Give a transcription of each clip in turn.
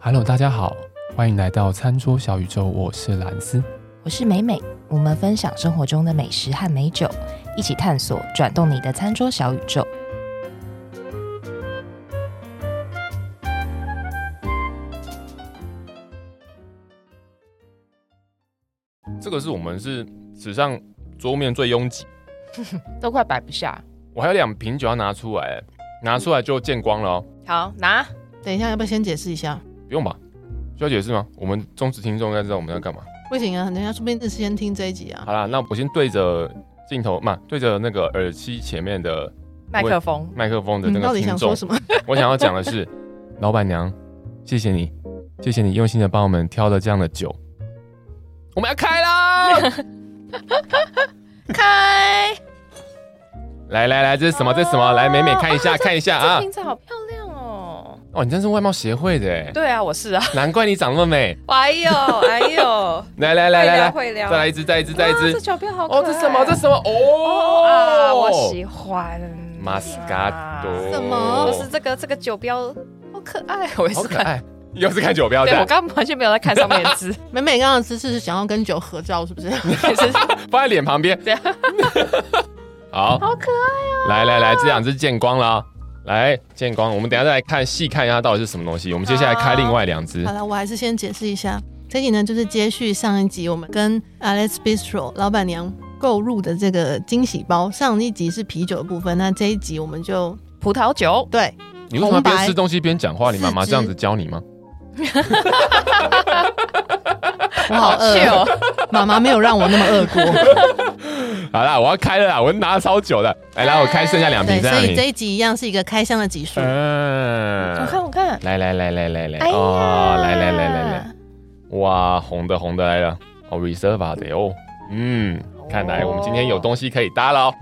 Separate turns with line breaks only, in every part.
Hello，大家好，欢迎来到餐桌小宇宙，我是蓝斯。
我是美美，我们分享生活中的美食和美酒，一起探索转动你的餐桌小宇宙。
这个是我们是史上桌面最拥挤，
都快摆不下。
我还有两瓶酒要拿出来，拿出来就见光了哦。
好，拿
等一下，要不要先解释一下？
不用吧？需要解释吗？我们忠实听众应该知道我们在干嘛。
不行啊，等一下，说不定是先听这一集啊。
好啦，那我先对着镜头嘛，对着那个耳机前面的
麦克风，
麦克风的
你
那
们嗯到
个
底
听
想
众
说，什么？
我想要讲的是， 老板娘，谢谢你，谢谢你用心的帮我们挑了这样的酒，我们要开啦！
开。
来来来，这是什么？这是什么？来，美美看一下，看一下
这
啊！
瓶子好漂亮哦。
哦，你真是外貌协会的哎，
对啊，我是啊。
难怪你长那么美。
哎呦，哎呦，
来来来来来，
会聊，
再来一只，再一只， 再一
啊哇这
只。
酒标好可爱。
哦，这什么？这什么？
哦啊，
哦，
我喜欢。
马斯卡多。
什么
就是这个这个酒标，好可爱。 我也
好
是
可
看。
爱，又是看酒标
对，我
的，
刚刚完全没有在看上面的字，
美美刚刚的姿势是想要跟酒合照，是不是？
也是
放在脸旁边
对。
好，
好可爱。
来来来，这两只见光了啊，来见光。我们等一下再来看细看一下到底是什么东西。我们接下来开另外两只
好。了，我还是先解释一下，这集呢就是接续上一集我们跟 Alex Bistro 老板娘购入的这个惊喜包。上一集是啤酒的部分，那这一集我们就
葡萄酒，
对
你为什么要边
红白
吃东西边讲话？你妈妈
四肢
这样子教你吗？
我好饿，
切 哦，
妈妈没有让我那么饿过。
好啦，我要开了啦，我拿了超久的。来来，我开剩下两瓶，
对，
剩
所
下
以
两
这
瓶。
一集一样是一个开箱的集数。
呃
我
嗯，
看我看，
来来来来来来，
哎呀
哦，来来来来来。，哇，红的红的来了，哦，Reserva 的哦，嗯，看来我们今天有东西可以搭了哦。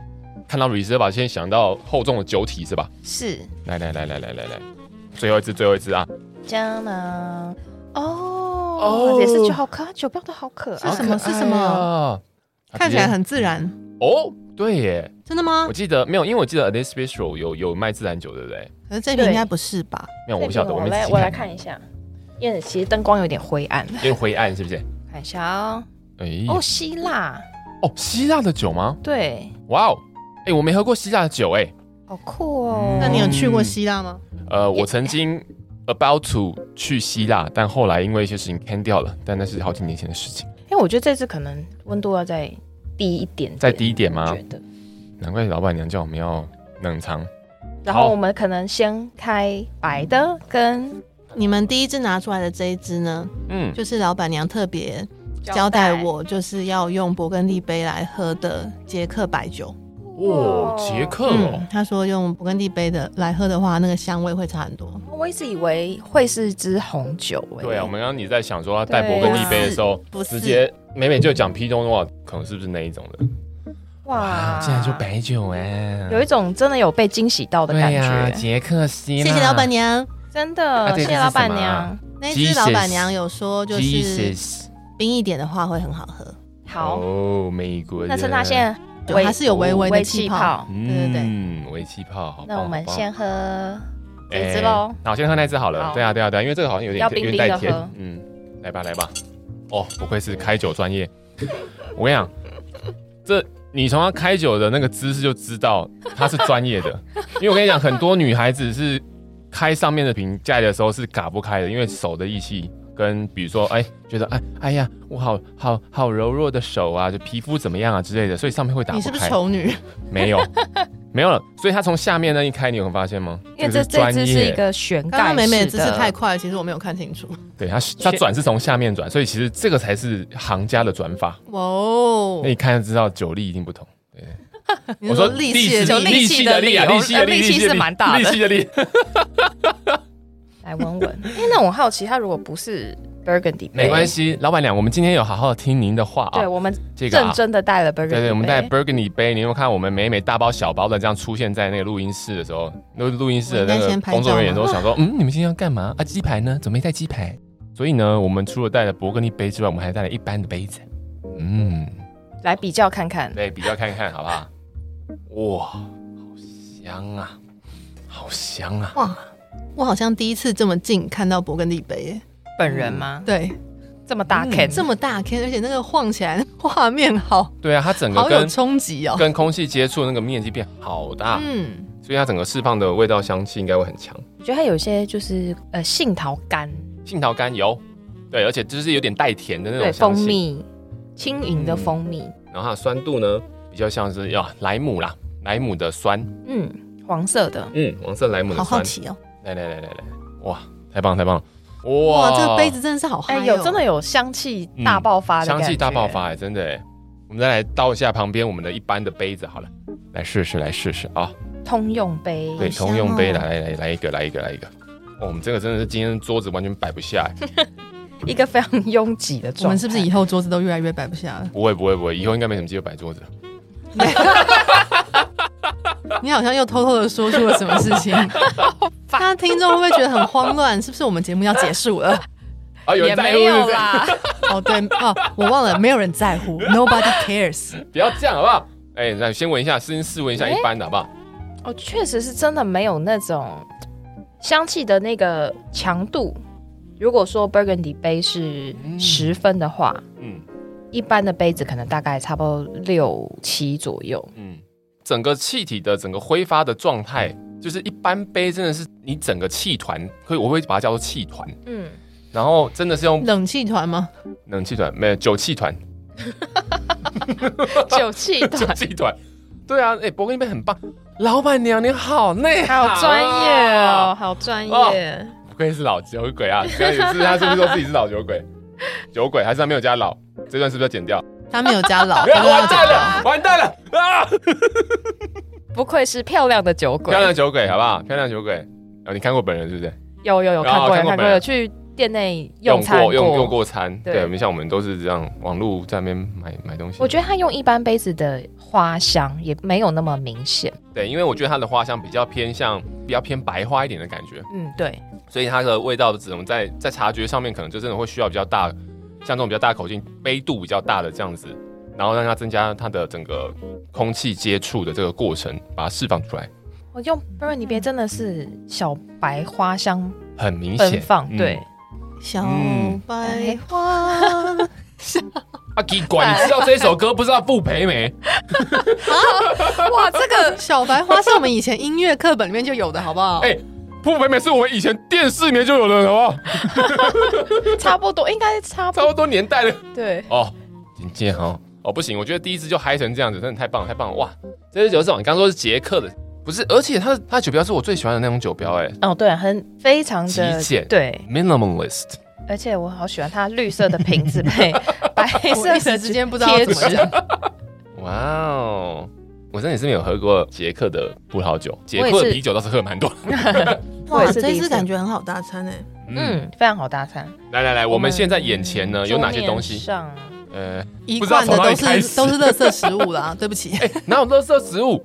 看到 Reserva，先想到厚重的酒体是吧？
是
来来来来来来来，最后一支最后一支啊，
江南哦
哦，
也是酒好可爱，酒标都好可
是
爱。
什么
好可爱
是什么
啊
看起来很自然，
哦，对耶，
真的吗
我？记得没有，因为我记得 This Special 有有卖自然酒，对不对？
可是这瓶应该不是吧？
没有，我不晓得，
我
没仔
来
细
我来，看一下，因为其实灯光有点灰暗，
有点灰暗是不是？
看一下哦。
哎，
哦，希腊，
哦，希腊的酒吗？
对，
哇哦，哎，我没喝过希腊的酒，哎，
好酷
嗯
哦。
那你有去过希腊吗？
呃，我曾经 about to 去希腊，但后来因为一些事情 can 掉了，但那是好几年前的事情。
因为哎我觉得这次可能温度要再低一点点，
再低一点吗
我觉得。
难怪老板娘叫我们要冷藏。
然
好
后我们可能先开白的跟
你们第一支拿出来的这一支呢，
嗯，
就是老板娘特别交代，我，就是要用勃艮第杯来喝的捷克白酒。
哇，捷克哦
嗯，，她说用勃艮第杯的来喝的话，那个香味会差很多。
我一直以为会是支红酒欸诶。
对啊，我们刚刚你在想说要带勃艮第杯的时候，
不是
直接美美就讲 P 东的话，可能是不是那一种的？啊
哇，
白酒哎
有一种真的有被惊喜到的感觉，
捷啊克希
谢谢老板娘，
真
啊
的，
这个
谢谢
是
老
什
板
么啊
娘。
那一支
Jesus
老板娘有说，就是冰一点的话会很好喝，
好，
哦，美国人，
那趁他现在
对
微
它是有微微的
微
气
气
泡
泡，
对对
嗯，微气泡，好棒，
那我们
好棒
先喝这
哎
支喽。
好，先喝那只好了。
好
对啊，对啊，对啊，因为这个好像有点
要
有点
冰
带
冰的
甜
喝。
嗯，来吧，来吧。哦，不愧是开酒专业。 我跟你讲，这你从他开酒的那个姿势就知道他是专业的，因为我跟你讲，很多女孩子是开上面的瓶盖的时候是嘎不开的，因为手的力气。跟比如说，哎，觉得哎，哎呀，我好好好柔弱的手啊，就皮肤怎么样啊之类的，所以上面会打不
你
开。
是不是丑女？
没有， 没有了。所以他从下面那一开，你有发现吗？
因为
个
这这
专
支是
业
一个旋
刚
盖
刚美美的
式
姿势 太快了，其实我没有看清楚。
对他，他转是从下面转，所以其实这个才是行家的转法。
哇哦
那，一看就知道酒力一定不同。
你
哎我
是
说
力
力
气
是
的
力
力，
力气的力啊，
力
力气的
哦
力，
力气
的
是蛮大的
力气的力。
来闻闻。哎，那我好奇，它如果不是 Burgundy，
没关
系，
系，老板娘，我们今天有好好听您的话
对
啊。
我们
这个
认
啊，
真的带了 Burgundy，
对对，我们带
杯
Burgundy 杯，你有没有看我们每每大包小包的这样出现在那个录音室的时候，那录音室的那
我应该
个
先拍照
工作人员都想说，嗯，你们今天要干嘛啊？鸡排呢？怎么没带鸡排？所以呢，我们除了带了勃艮第杯之外，我们还带了一般的杯子。嗯，
来比较看看。
对，比较看看好不好？哇，好香啊，好香啊！
哦哇，我好像第一次这么近看到勃艮第杯耶，
本
人吗？
嗯
对，
这么大
嗯
can，、
这么大 can，而且那个晃起来画面好
对啊，它整个
好有
跟
冲击哦。
跟空气接触的那个面积变好大，
嗯，
所以它整个释放的味道香气应该会很强。
我觉得它有一些就是呃杏桃干，
杏桃干有，对，而且就是有点带甜的那种
对，
香
蜂
气。
蜜，轻盈的蜂蜜，
然后它的酸度呢，比较像是要莱姆啦，莱姆的酸，
嗯黄色的，
嗯，黄色莱姆的
好好
酸。
奇哦。
来来来来来，哇，太棒太棒了！哇
哇，这个杯子真的是好嗨
哎、
哦，
有真的有香气大爆发的感
香
觉，
气大爆发、哎，真的哎。我们再来倒一下旁边我们的一般的杯子好了，来试试来试试啊！
通用杯，
对，
香
通用杯
哦
来来来来一个来一个来一个。哦，我们这个真的是今天桌子完全摆不下哎，
一个非常拥挤的状态。
我们是不是以后桌子都越来越摆不下了？
不会不会不会，以后应该没什么机会摆桌子了。
你好像又偷偷的说出了什么事 情，那听众会不会觉得很慌乱？是不是我们节目要结束了？
啊，有
也
人在乎
没
是
有
不是？
啦？
哦，对哦，我忘了，没有人在乎，Nobody cares。
不要这样好不好？哎、那先闻一下，先试闻一下
哎
一般的好不好？
哦，确实是真的没有那种香气的那个强度。如果说 Burgundy 杯是十分的话，
嗯
一般的杯子可能大概差不多六七左右。
嗯，整个气体的整个挥发的状态，就是一般杯真的是你整个气团，可以我会把它叫做气团，
嗯，
然后真的是用
冷气团吗？
冷气团，没有酒气 团，
酒气
酒
团，
气团。对啊，哎、伯格一杯很棒，老板娘你好内行、
好专业哦，，好专业。
不愧是老酒鬼啊！这样也是他是不是说自己是老 酒鬼？酒鬼还是他没有加老？这段是不是要剪掉？
他没有加
啊
老，他没有
完
加
蛋
老。
了，完蛋了啊！
不愧是漂亮的酒 鬼
漂，亮酒鬼好不好？漂亮酒鬼，啊，你看过本人是不是？
有有有
哦
看过，
看
有
过本
看过，
人
有去店内用餐
过，用用。过餐。
对
对，我们像我们都是这样，网络在那边买买东西。
我觉得他用一般杯子的花香也没有那么明显。
对，因为我觉得它的花香比较偏向比较偏白花一点的感觉，
嗯，对，
所以它的味道只能在在察觉上面，可能就真的会需要比较大，像这种比较大口径、杯度比较大的这样子，然后让它增加它的整个空气接触的这个过程，把它释放出来，
我用 b u r n 杯真的是小白花香
很明
奔
显。
放，
嗯
对，
小
嗯
白花，
嗯
啊，给管，你知道这首歌不知道傅培梅？
哇，这个 小白花是我们以前音乐课本里面就有的，好不好？
哎，傅培梅是我们以前电视里面就有的，好不好？
差不多应该差不
差不多年代的。
对，
哦，今天哦，哦不行，我觉得第一支就嗨成这样子，真的太棒了，太棒了！哇，这支酒是哦什么？你刚刚说是捷克的，不是？而且它的它的酒标是我最喜欢的那种酒标、哎
哦对，很非常的
极简
对，
，minimalist。
而且我好喜欢它绿色的瓶子 配白
我
色
一时
的
之间不知道
贴
怎么
纸
讲。
哇哦，我真的也是没有喝过捷克的葡萄酒，捷
我也
克的
是
啤酒倒是喝蛮多。
我也
哇，
是
这
第一
次
次
感觉很好大餐哎，
嗯，
嗯，非常好搭餐。
来来来，我们现在眼前呃呢有哪些东
桌面
西？
上
呃，
一
不知道
贯的
从哪里
都
开
是
始
都是垃圾食物啦， 对不起。
哎、哪有垃圾食物？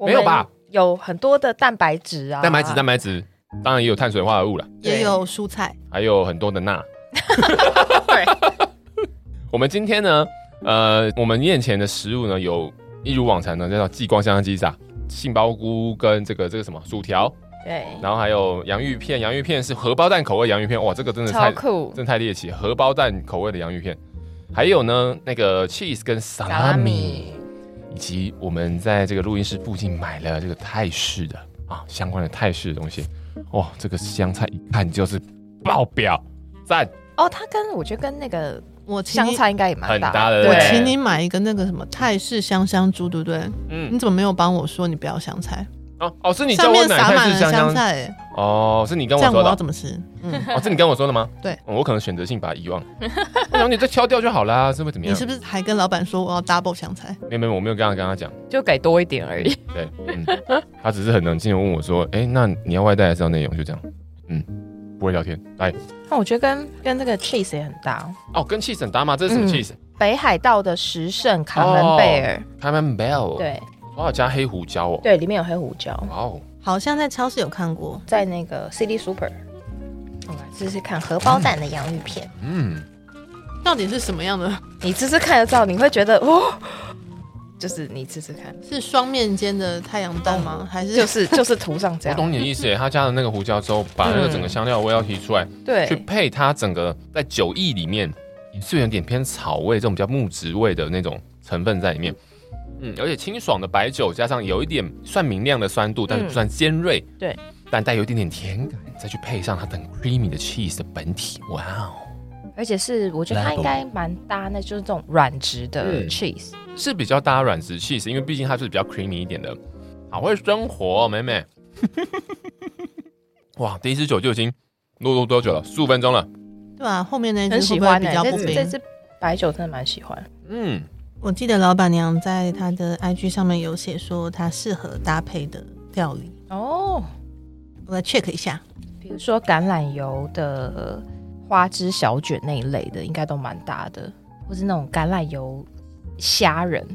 没有吧？
有很多的蛋白质啊，
蛋白质，蛋白质，当然也有碳水化合物了，
也有蔬菜，
还有很多的钠。
对，
我们今天呢，呃，我们宴前的食物呢，有一如往常呢，叫做继光香香鸡杂、杏鲍菇跟这个这个什么薯条，
对，
然后还有洋芋片，洋芋片是荷包蛋口味洋芋片，哇，这个真的
超
太
酷
真，的太猎奇，荷包蛋口味的洋芋片，还有呢那个 cheese 跟萨
萨
拉
拉
米
米，
以及我们在这个录音室附近买了这个泰式的啊相关的泰式的东西，哇，这个香菜一看就是爆表，赞，
哦，它跟我觉得跟那个
我请
香
你，
菜应该也蛮
很搭的
我
对
请你买一个那个什么泰式香香猪，对不对？
嗯
你，怎么没有帮我说你不要香菜？
哦哦，是你叫
上
我
面
奶
撒
泰
满
式
了
香
香
香
菜，哎
哦，是你跟我
这样
说
我
的
要
哦，
怎么吃？嗯，
哦是你跟我说的吗？
对
嗯我可能选择性把它遗忘。 我想你再挑掉就好啦，是会怎么
你
样
是？不是还跟老板说我要 double 香菜？
没有没有，我没有跟他跟他讲。
就给多一点而已。
对，嗯， 他只是很冷静的问我说：“哎，那你要外带还是要内容？”就这样，嗯，不会聊天。来，
那我觉得跟跟这个 cheese 也很搭。
哦，跟 cheese 很搭吗？这是什么
嗯
cheese？
北海道的食圣卡门贝尔，
c a m a n b e l l，
对
我有加黑胡椒哦。
对，里面有黑胡椒，
哇哦，
好像在超市有看过，
在那个 City Super。我来试试看荷包蛋的洋芋片，
嗯，
到底是什么样的？
你试试看得到，你会觉得哦，就是你吃吃看，
是双面间的太阳蛋吗？还是
哦就是就是涂上这
我
样，嗯
懂你的意思耶，他加了那个胡椒之后，把那个整个香料的味道提出来，去
对
配它整个在酒意里面也是有点偏草味这种比较木质味的那种成分在里面。嗯，而且清爽的白酒加上有一点算明亮的酸度，但是不算尖锐，
嗯对，
但带有一点点甜感，再去配上它很 creamy 的 cheese 的本体，哇哦，
而且是我觉得它
Level
应该蛮搭，那就是这种软质的
嗯
cheese，
是比较搭软质 cheese，因为毕竟它是比较 creamy 一点的。好会生活、哦，妹 妹。哇，第一支酒就已经录录多久了？十五分钟了。
对吧、后面那
很
只会
喜
不会
欢
比
欸
较不
这支这
冰？
支白酒真的蛮喜欢，
嗯，
我记得老板娘在她的 IG 上面有写说她适合搭配的料理，
哦，
我来 check 一下。
比如说橄榄油的花枝小卷那一类的，应该都蛮搭的，或是那种橄榄油虾仁，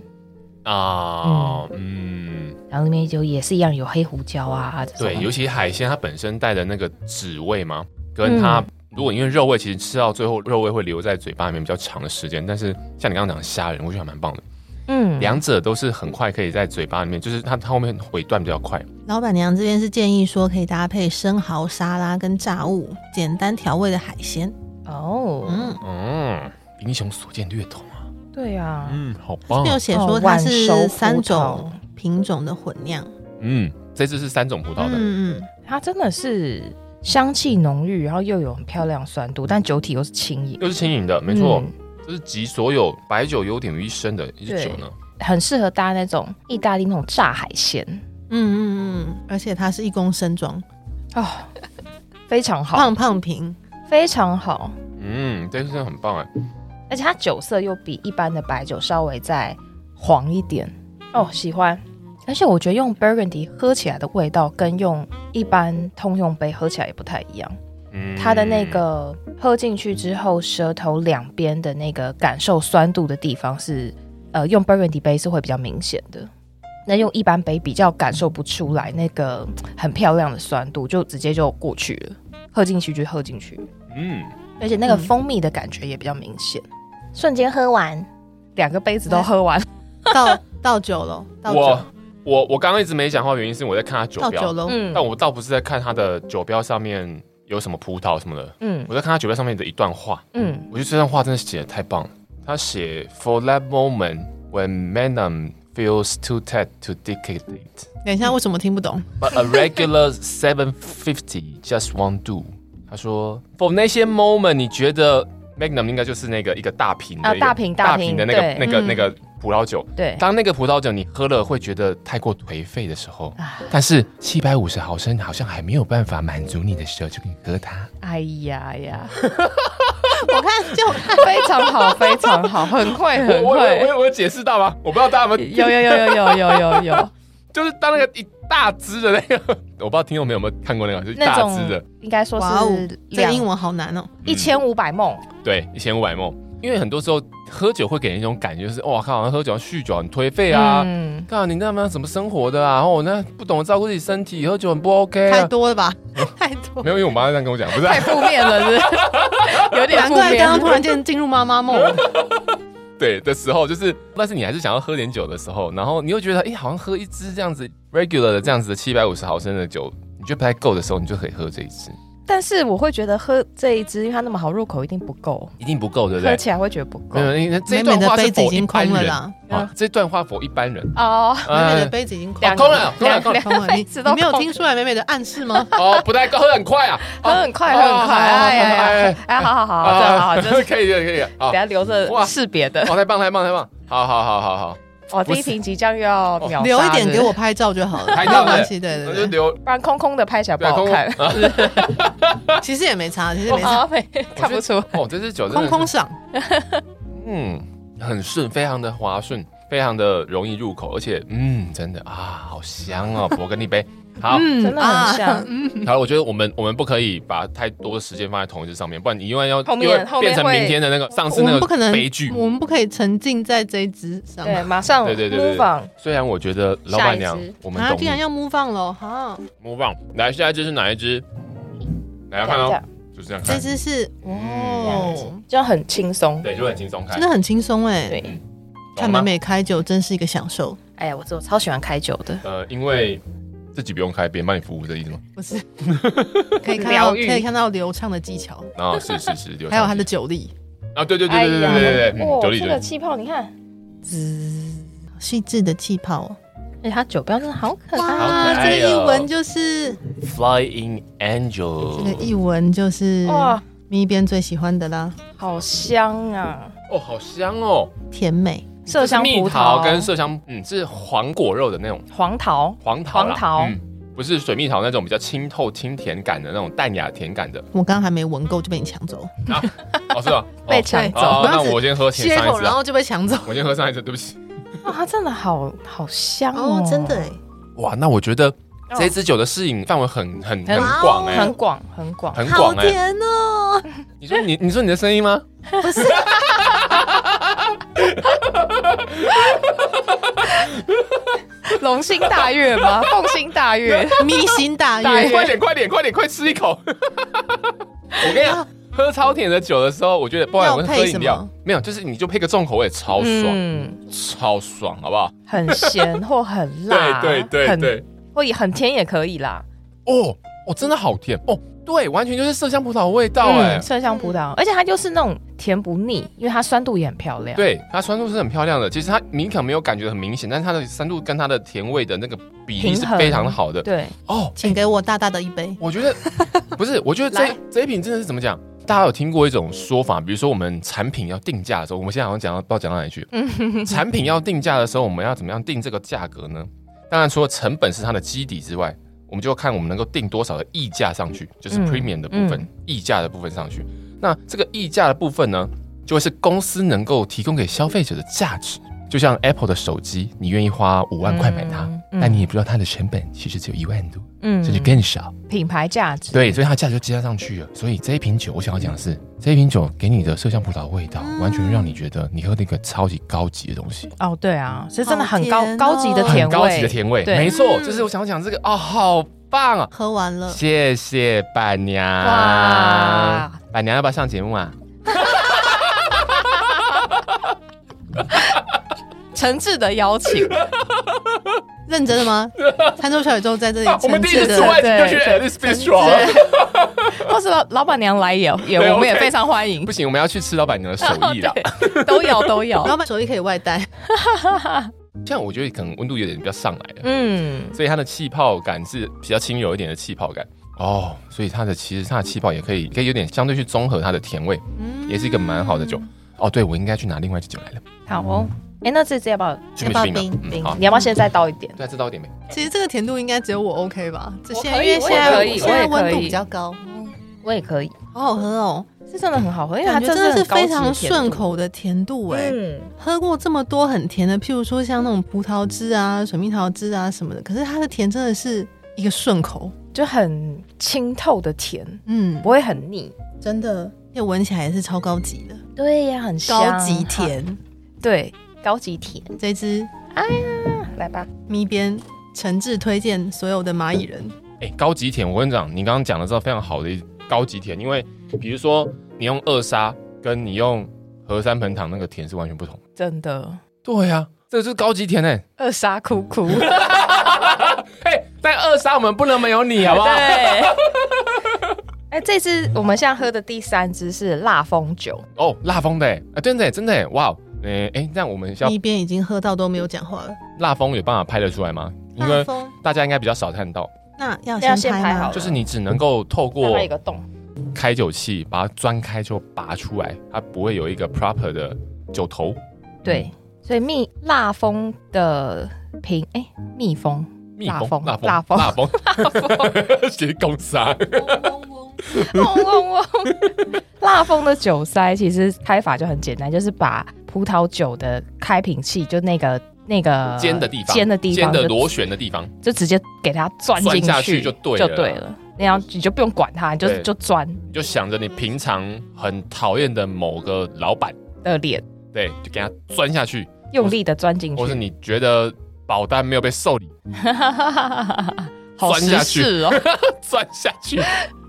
啊，嗯，
然后里面就也是一样有黑胡椒啊，这种
对，尤其海鲜它本身带的那个脂味嘛，跟
嗯
它、如果因为肉味，其实吃到最后肉味会留在嘴巴里面比较长的时间，但是像你刚刚讲的虾仁，我觉得还蛮棒的，
嗯
两者都是很快可以在嘴巴里面，就是它它后面尾段比较快，
老板娘这边是建议说可以搭配生蚝沙拉跟炸物，简单调味的海鲜。
哦，
嗯，
嗯，英雄所见略同啊，
对啊，
嗯，好
这
棒
边有写说
哦
它
晚熟
是
葡萄
三种品种的混酿。
嗯，这只是三种葡萄的，
嗯嗯，
它真的是香气浓郁，然后又有很漂亮的酸度，但酒体又是轻盈，
又是轻盈的，没错，
嗯
这是集所有白酒优点于一身的一支
对
酒呢，
很适合搭那种意大利那种炸海鲜
嗯嗯嗯，而且它是一公升装，
哦，非常好
胖，胖瓶。
非常好，
嗯，这真的很棒哎，
而且它酒色又比一般的白酒稍微再黄一点哦，喜欢。而且我觉得用 Burgundy 喝起来的味道跟用一般通用杯喝起来也不太一样，
嗯，
它的那个喝进去之后，舌头两边的那个感受酸度的地方是，呃，用 Burgundy 杯是会比较明显的。那用一般杯比较感受不出来那个很漂亮的酸度，就直接就过去了，喝进去就喝进去，
嗯。
而且那个
嗯
蜂蜜的感觉也比较明显，瞬间喝完，两个杯子都喝完，
到到酒了，到
我
酒，
我我刚刚一直没讲话，原因是我在看他酒
到酒
标，
了。
嗯
但我倒不是在看他的酒标上面有什么葡萄什么的，
嗯
我在看他酒标上面的一段话，
嗯，
我觉得这段话真的写的太棒了。他写 For that moment when Manum feels too tight to dictate,
等一下，为什么听 不懂？
but a regular seven fifty just won't do。他说 For 那些 moment，你觉得 Magnum 应该就是那个一个大瓶的
啊
一个
大瓶
大
大瓶
的那个
对
那个
嗯
那个葡萄酒，
对，
当那个葡萄酒你喝了会觉得太过颓废的时候
啊，
但是七百五十毫升好像还没有办法满足你的时候，就可以喝它。
哎呀呀，
我看就看
非常好，非常好，很会
我
很
我我
会，
有我有解释到吗？我不知道大家有没有，
有有有有有有有有。
就是当那个一大支的那个，我不知道听众朋友有没有看过那个，就是一
那
大
种
支的，
应该说
哇哦
是，
这个英
两
文好难哦。
一千五百梦，
对，一千五百梦。因为很多时候喝酒会给人一种感觉，就是哇靠，好像喝酒酗酒很颓废啊。
嗯，
看你那么怎么生活的啊？哦，那不懂得照顾自己身体，喝酒很不 OK
太
啊。
多了吧，
哦
太多。
没有，因为我妈这样跟我讲，不是啊、
太负面了，是 不是有点
难
负
怪
面
刚刚。突然间进入 妈妈梦。
对的时候，就是，但是你还是想要喝点酒的时候，然后你又觉得，哎、好像喝一支这样子 regular 的这样子七百五十毫升的酒，你觉得不太够的时候，你就可以喝这一支，
但是我会觉得喝这一支，因为它那么好入口，一定不够，
一定不够，对不
喝
对？
起来会觉得不够
没。有，因为这一
美美
段
的
话
杯
是
子已
否一
经
般
空了
人
啦，
嗯
啊，这段话否一般 人，
哦，
美美
哎
的杯子已经空
哦
了
两。
空了，空了，空
两
够
了，
了，够了，你
知道
你没有
够了
听出来美美的暗示吗？
哦，不太够，喝得很快啊，
喝很快，喝很快，哎呀呀，
哎
哎，好好好，这样好好，就是
啊 可以，可以，可以，好
等，下留
哇
着试别的。
哦，太棒，太棒，太棒，好好好好好，
哦，第一瓶即将又要秒杀
留一点
是不
给
是
我，拍照就好了，
拍
没
照
有关系，对
那就
对对，
留，
不然空空的拍起来不
对啊，
好
空
看。
空啊，
其实也没差，其实也没差，
哦，没看不出。
哦，这支酒真的是
空空赏。
嗯，很顺，非常的滑顺，非常的容易入口，而且嗯，真的啊，好香哦，勃艮第 杯。好，
嗯
真的很像
啊嗯
好了，我觉得我们我们不可以把太多的时间放在同一支上面，不然你因为要
后面
因为
后面
变成
会
明天的那个上次
我
那
们不可
个
能
悲剧。
我们不可以沉浸在这一支上。
对，马上
对对对对
move on。
虽然我觉得老板娘
下一支，
我们
啊，
懂
竟然
你。
要 move on 了哈！
Move on，来下一支是哪一支？来要看
这
哦
样，
就这样
这
看，
支是
嗯
哦，
这样很轻松。
对，就很轻松看
真。的很轻松哎。
对，
看
懂
美
吗？
美开酒真是一个享受，
哎呀，我我超喜欢开酒的，
呃，因为自己不用开，别人帮你服务的意思吗？
不是？可以看到
疗愈
可以看到流畅的技巧，
啊，是是是，有
还有他
上
的
去
酒力，
啊，对对对对对对对对对，嗯
哇，
九里
哎哦这
九
个
里，
气泡你看，
细致的气泡哦，
哎，它酒标真的好可爱，
好
哇，
可
这
爱
个
哦
一闻就是，
Flying
这个
Angel，
一闻就是
哇，
咪边最喜欢的啦，
好香啊！
哦，好香哦，
甜美。
麝香
蜜
葡
桃跟哦麝香，嗯，是黄果肉的那种
黄桃，
黄桃啦，
黄桃
嗯，不是水蜜桃那种比较清透清甜感的那种淡雅甜感 的，
我刚刚还没闻够就被你抢走，
哦，是吧？
被
哦
抢 走
哦哦
我要
那
是
我先喝前
歇
上一
口
支
然
啊，
后就被抢走。
我先喝上一支，对不起。
哇，它真的好好香
哦
哦，，
真的哎，
哇，那我觉得这支酒的适应范围很很很
很
广哎，
很广很广，
很
好
广哎。
甜 哦！
你说你你说你的声音吗？
不是，
龙心大悦吗？凤心大悦，
迷心大
大爷，
悦，
快点快点快点，快吃一口！ 我跟你讲，喝超甜的酒的时候，我觉得不然
要
我喝
配
饮
什
料
么，
没有，就是你就配个重口味，超爽，
嗯，
超爽，好不好？
很 咸或很辣，啊
对对对
很
对，
或也很甜也可以啦。
哦哦，真的好甜哦，对，完全就是麝香葡萄的味道哎
嗯，。麝香葡萄，而且它就是那种甜不腻，因为它酸度也很漂亮。，
对，它酸度是很漂亮的。其实它你可能没有感觉很明显，但是它的酸度跟它的甜味的那个比例是
平衡
非常的好的。
对，
哦，
请给我大大的一杯。
我 觉得不是，我觉得这
来
这一瓶真的是怎么讲？大家有听过一种说法，比如说我们产品要定价的时候，我们现在好像讲到不知道讲到哪里去
嗯
了。产品要定价的时候，我们要怎么样定这个价格呢？当然，除了成本是它的基底之外，我们就要看我们能够定多少的溢价上去，就是
嗯
premium 的部分
嗯，
溢价的部分上去。那这个溢价的部分呢，就会是公司能够提供给消费者的价值。就像 Apple 的手机，你愿意花五万块买它，
嗯嗯
但你也不知道它的成本其实只有一万多，
嗯
甚至更少。
品牌价值。
对，所以它价值就接上去了。所以这一瓶酒，我想要讲的是，这一瓶酒给你的麝香葡萄味
嗯
道，完全让你觉得你喝那个超级高级的东西，
哦，对啊，是真的很高
好甜哦
高级的
很
甜味，
高级的甜味。
对嗯
没错，就是我想要讲这个哦，好棒啊！
喝完了，
谢谢板娘
哇，
板娘要不要上节目啊？
诚挚的邀 请，
认真的吗？ 餐桌小宇宙在这里
啊我们
诚
第一次
挚
出
的
外景就去 Alice Bistro，
或是老老板娘来也也，
对
我们也
OK
非常欢 迎
不，行，我们要去吃老板娘的手艺
哦
啦。
都 有都有。
老板手艺可以外带，
像我觉得可能温度有点比较上来了，
嗯，
所以它的气泡感是比较轻柔一点的气泡感哦，所以它的其实它的气泡也可以可以有点相对去综合它的甜味，也是一个蛮好的
嗯
酒。哦，对，我应该去拿另外一支酒来了，
好哦。哎，那这次要不要？
去冰
要不要
去冰吧，嗯，
冰
好，
你要不要现在倒一点？
对，啊再倒一点呗。
其实这个甜度应该只有我 OK 吧？这
我
些
可以
因为现在
我也可以
现在
我也可以
温度比较高，
我也可以，
好好喝哦，
是真的很好喝，因为它
感觉
这
真的是
很高级
非
的
常
甜度
顺。口的甜度哎。
嗯，
喝过这么多很甜的，譬如说像那种葡萄汁啊、水蜜桃汁啊什么的，可是它的甜真的是一个顺口，
就很清透的甜，
嗯
不，会很腻。
真的，也闻起来也是超高级的，
对呀，很
高级，甜。
对，高级甜。
这支
来吧，
咪边诚挚推荐所有的蚂蚁人，
哎，高级甜，我跟你讲，你刚刚讲的是非常好的一高级甜，因为比如说你用二砂跟你用和三盆糖那个甜是完全不同。
真的。
对啊呀、这个就是高级甜哎、
二傻哭哭，
哎、但二砂我们不能没有你，好不好？
对。哎，这支我们现在喝的第三支是辣风酒，
哦，辣风的哎、啊，真的哎、真的哎、哇哦，哎哎，那我们要
咪边已经喝到都没有讲话了。
辣风有办法拍得出来吗？应
大
该
风，
大家应该比较少看到，
那要
要
先
先
拍
拍
吗
好了
就是你只能够透
它
过
有一个洞，
开酒器把它钻开就拔出来，它不会有一个 proper 的酒头
对，
嗯
所以蜜辣风的瓶，哎，蜜蜂，
蜜
辣
蜂
风
辣风
辣风
辣风， 写公啊杀，
嗡嗡嗡， 辣风的酒塞其实开法就很简单，就是把葡萄酒的开瓶器，就那个那个
尖的地方，
尖的地方，
尖的
就
螺旋的地方，
就直接给它钻进
钻下去就对了
就对了。那样你就不用管它，你就
对
就钻
你就想着你平常很讨厌的某个老板，
的脸，
对，就给他钻下去，
用力的钻进
或是
去，
你觉得保单没有被受 理，
好
钻
时
下去
事哦。
钻下去。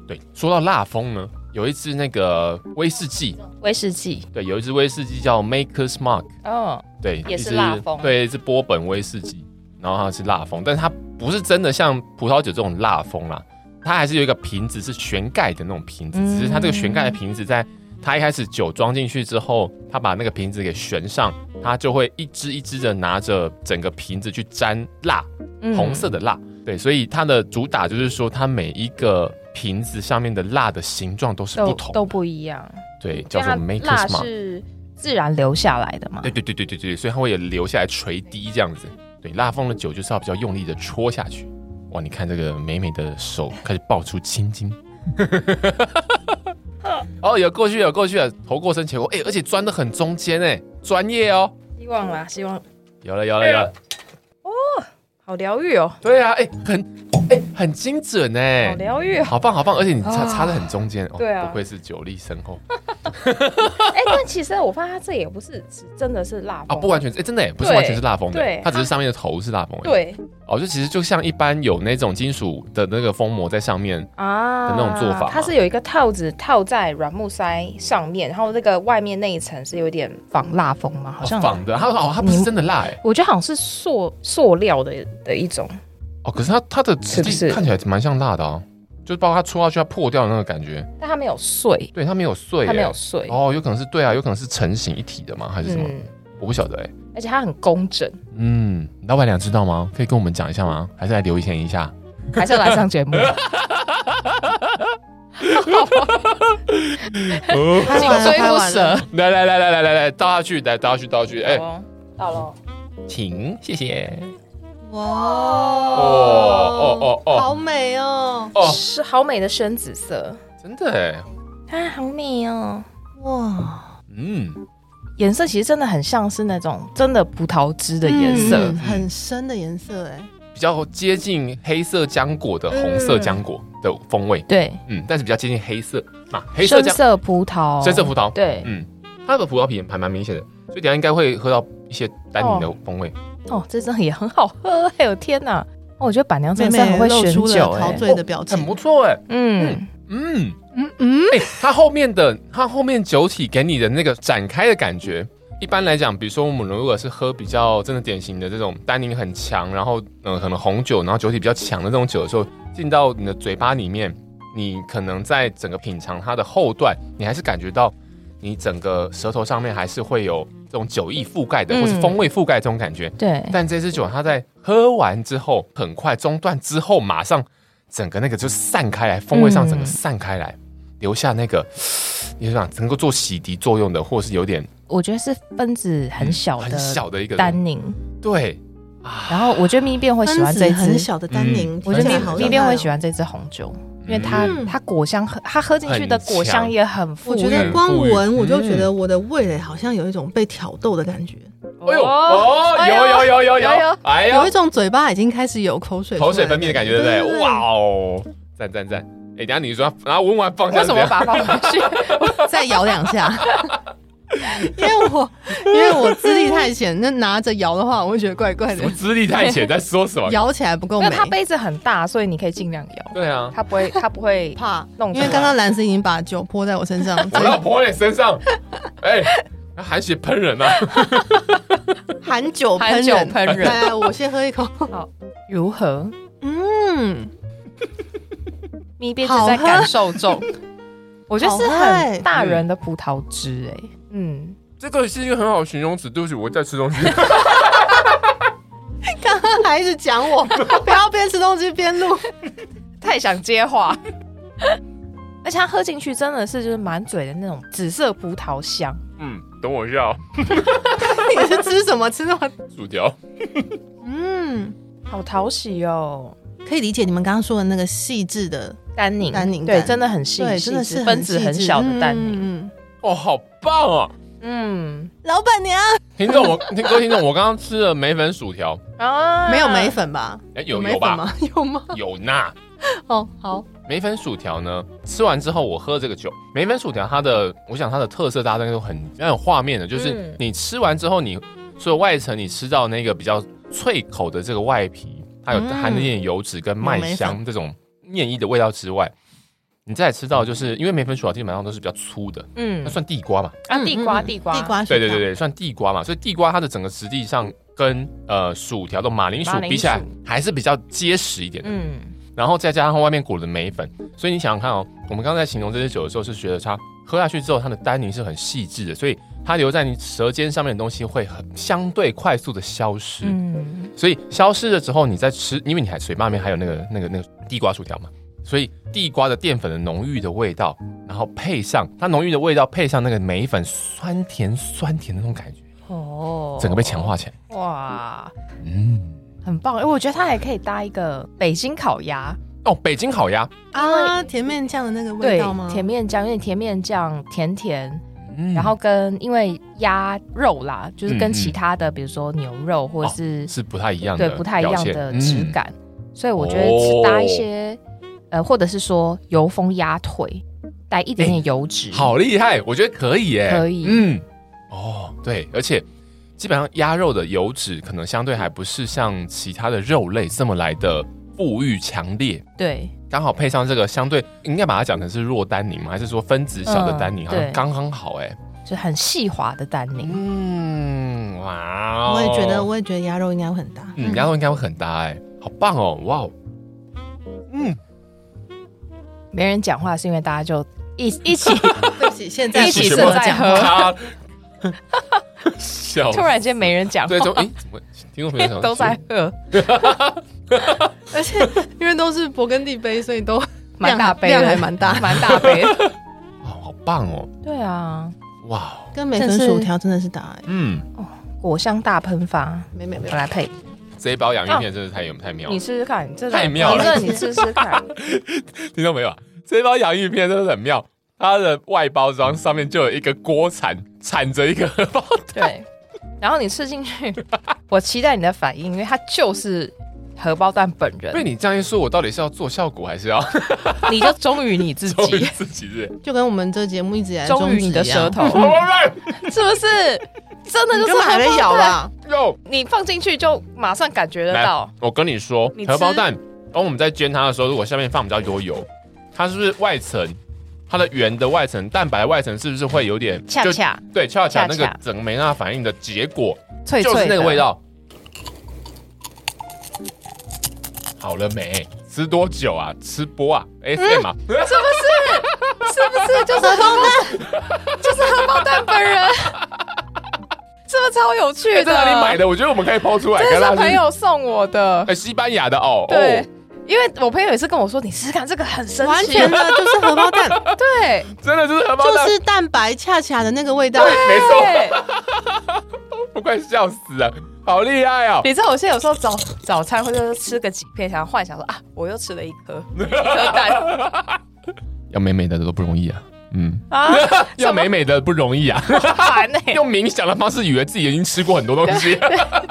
对，说到辣风呢，有一支那个威士忌，
威士忌
对，有一支威士忌叫 Maker's Mark，
哦，
对，
也
一
是
支
辣风
对，是波本威士忌，然后它是辣风，但它不是真的像葡萄酒这种辣风啦，它还是有一个瓶子是悬盖的那种瓶子，
嗯
只是它这个悬盖的瓶子在它一开始酒装进去之后，它把那个瓶子给悬上，它就会一支一支的拿着整个瓶子去沾辣，
嗯
红色的辣，对，所以它的主打就是说它每一个。瓶子上面的辣的形状都是不
都
同的，
都不一样，
对，叫做
因为它
Maker's
辣
Mark。
是自然留下来的嘛
对，对对对对对，所以它会有留下来垂滴这样子。对，辣风的酒就是要比较用力的戳下去。哇，你看这个美美的手开始爆出青筋。 哦，有过去有过去了，头过身前过，哎、而且钻的很中间哎、专业哦。
希望啦，希望
有了有了有
哎
了，
好疗愈哦，
对啊，哎、很哎、很精准哎、
好疗愈哦。
好棒好棒，而且你插
啊
插的很中间哦，
对啊
不愧是酒力深厚
哎、但其实我发现它这也不是是真的是辣
啊，
风
不完全哎、真的哎、不是
对
完全是辣风的、
对啊
它只是上面的头是辣风而已。
对
哦，就其实就像一般有那种金属的那个封膜在上面，
啊
的那种做法嘛
它是有一个套子套在软木塞上面，然后那个外面那一层是有点仿蜡封嘛，好像、嗯
仿的，它哦它不是真的辣哎、
我觉得好像是塑塑料的的一种，
哦，可是它它的质
是不
地
是
看起来蛮像辣的哦，就是包括它戳下去它破掉的那个感觉，
但它没有碎，
对它没有碎、欸，
它没有碎，
哦，有可能是对啊，有可能是成型一体的吗？还是什么？
嗯，
我不晓得哎、
而且它很工整，
嗯，老板娘知道吗？可以跟我们讲一下吗？还是来留言一下？
还是要来上 节目，
哎
紧追
拍完了拍
不
完了
舍，
来来来来来来来，倒下去，来倒下去，倒下去，哎、
好哦到了，
请，谢谢。
哇
哦哦哦
好美哦！
哦，
是好美的深紫色
真的哎、
啊，好美哦。
哇，
嗯，
颜色其实真的很像是那种真的葡萄汁的颜色，
嗯很深的颜色哎，
比较接近黑色浆果的红色浆果的风味，
对，
嗯，但是比较接近黑色，那、黑色
深
浆
色哦葡萄，
深色葡萄，
对，
嗯，它的葡萄皮还蛮明显的，所以等一下应该会喝到一些单宁的风味。
哦，这真的也很好喝，哎呦天哪！哦，我觉得板娘真
妹
的是
妹
很会
露
选
出
酒、
了
哎
陶，醉的表
很不
情。
错哎，
嗯，
嗯
嗯嗯，
哎、它后面的它后面酒体给你的那个展开的感觉，一般来讲，比如说我们如果是喝比较真的典型的这种单宁很强，然后嗯、呃可能红酒，然后酒体比较强的这种酒的时候，进到你的嘴巴里面，你可能在整个品尝它的后段，你还是感觉到你整个舌头上面还是会有这种酒意覆盖的，或是
嗯
风味覆盖这种感觉。
对，
但这支酒它在喝完之后，很快中断之后，马上整个那个就散开来，风味上整个散开来，
嗯
留下那个 你想能够做洗涤作用的，或是有点
我觉得是分子很
嗯
小
很
的
小的一个
单宁，
对，
然后我觉得咪变会喜
分
欢
子
这
很
支，
小的单宁，
我觉
听起来
得
好
咪变会喜
欢。
欢这支红酒，因为它、
嗯
它果香很，它喝进去的果香也很
我
富
觉
裕，
得光
富裕
闻我就觉
嗯
得我的味蕾好像有一种被挑逗的感觉，
哎呦哦，有有有有有
有有，嗯
哎
有一
呦，
种嘴巴已经开始有口水出来
口水分泌的感觉，对不对？哇，哦，赞赞赞！哎，等一下你说，然后闻完放下
为
是
什
怎
么
样，
把它放回 去？
对再摇两下。 因为我因为我资历太浅，那拿着摇的话，我会觉得怪怪
什
的
么，啊资历太浅，在说 什么？
摇起来不够
因为
美。
它杯子很大，所以你可以尽量摇，
对啊，
它不会它不会
怕
弄出
因
来
为刚刚蓝斯已经把酒泼在我身上，
我
所
老
以
婆也身上，哎，那含血喷人啊！
含酒喷
含酒
人。
喷人
来，我先喝一口。
如何？
嗯，
咪变只在感受中，我觉得是
欸
很大人的葡萄汁、哎，嗯。
这个是一个很好的形容词，对不起，我在吃东 西。
刚刚还一直讲我不要边吃东西边录，
太想接话。 而且它喝进去真的是就是满嘴的那种紫色葡萄香，
嗯，等我一下、哦，
你是吃什么吃那么？
薯条。
嗯，
好讨喜哦。
可以理解你们刚刚说的那个细致的，
丹宁，
丹宁
对，
感
真的很细
对，
细
真的
致
是
分子很小的丹
宁。
宁。
嗯嗯
哦，好棒哦！
嗯
老板娘
听众，我听各位听众，我刚刚吃了梅粉薯条，
啊
没有眉粉吧？
哎、有
眉
有
粉
吧？
吗？ 有吗？
有呐。
哦，好，
梅粉薯条呢，吃完之后我喝这个酒。梅粉薯条它的，我想它的特色大家都很很有画面的，就是
嗯
你吃完之后你，所有外层你吃到那个比较脆口的这个外皮，它有
嗯
含一点油脂跟麦
有梅
香这种面衣的味道之外，你再来吃到就是因为梅粉薯条基本上都是比较粗的，
嗯
那算地瓜嘛？
啊，地瓜
嗯嗯
地瓜
地瓜薯
对对对
条
对，算地瓜嘛，所以地瓜它的整个质地上跟呃薯条的马铃薯
马铃薯
比起来还是比较结实一点的。
嗯，
然后再加上外面裹的梅粉，所以你想想看哦，我们刚才形容这支酒的时候是觉得它喝下去之后，它的单宁是很细致的，所以它留在你舌尖上面的东西会很相对快速的消失。
嗯，
所以消失了之后，你再吃，因为你还嘴巴里面还有那个那个那个地瓜薯条嘛，所以地瓜的淀粉的浓郁的味道，然后配上它浓郁的味道，配上那个梅粉酸甜酸甜的那种感觉，
哦
整个被强化起来。
哇，
嗯，
很棒！哎，我觉得它还可以搭一个北京烤鸭，
哦，北京烤鸭，
啊，甜面酱的那个味
对
道吗？，
甜面酱，有点甜面酱，甜甜，
嗯
然后跟因为鸭肉啦，就是
嗯
跟
嗯
其他的，比如说牛肉或者
哦
是
是不太一样的
对
表现，
不太一样的质
嗯
感，所以我觉得是搭一些、呃，或者是说油封鸭腿，带一点点油脂，
好厉害，我觉得可以耶，
可以
嗯，哦，对，而且基本上鸭肉的油脂可能相对还不是像其他的肉类这么来的富裕强烈，
对，
刚好配上这个相对应该把它讲成是弱单宁吗？还是说分子小的单宁？
嗯
好像
对
刚刚好哎，
就很细滑的丹宁。
嗯，哇哦，
我也觉得，我也觉得鸭肉应该会很搭。
嗯，鸭肉应该会很搭哎，好棒哦，哇哦，嗯，
没人讲话是因为大家就 一一起
对不起，现在
一
不
起
适
正
全部
合
在
讲。
喝，
他笑死
突，然间没人讲话
对，，就哎，怎么听众 朋友想
都在喝，
而且因为都是勃艮第杯，所以都
蛮大杯的，
量还蛮大
蛮大杯的。
哦，好棒哦，
对啊，
哇哦。
跟美粉薯条真的是搭哎，
嗯，
果香大喷发，
没没没
我，来配，
这一包洋芋片真的太有、太妙了
你，试试看，这个
太妙了
这个你试试看，
听到没有啊？这一包洋芋片真的很妙，它的外包装上面就有一个锅铲铲着一个 荷包蛋，
对。然后你吃 进去，我期待你的反应，因为它就是荷包蛋本人
被，你这样一说，我到底是要做效果还是要
你就忠于你自
忠于
己，
自己是不是？
就跟我们这节目一直以来
忠于你的舌头，是不是？真的
那
就
就是是还
荷
在
包
咬啊
蛋，
啦。
肉
你放进去就马上感觉得到。
我跟你说
你，吃
荷包蛋，当我们在煎它的时候，如果下面放比较多油，它是不是外层？它的圆的外层，蛋白的外层是不是会有点
恰
就
恰
对恰恰
恰恰
那个整个没办法反应的结果，
脆脆
就
的
是那个味，道。好了没？吃多久啊？吃播啊？SM 啊？
是不 是？是不是就是荷包蛋？就是荷包蛋 本人，是不是超有趣
哎在
的？
哪里买？的？我觉得我们可以抛出来
这
跟大
是
家
朋
去。
友送我的，
哎，西班牙的哦，
对
哦，。
因为我朋友也是跟我说，你试试看，这个很神奇，
完全的就是荷包蛋，
对
真的就是荷包
就
蛋，
是蛋白恰恰的那个味道
对，，没 错，
对。
我快笑死了，好厉害哦！
你知道我现在有时候早早餐或者是吃个几片，想要幻想说啊，我又吃了一 颗一颗蛋
要美美的都不容易啊，嗯，
啊，
要美美的不容易啊，
烦呢、
用冥想的方式以为自己已经吃过很多东西。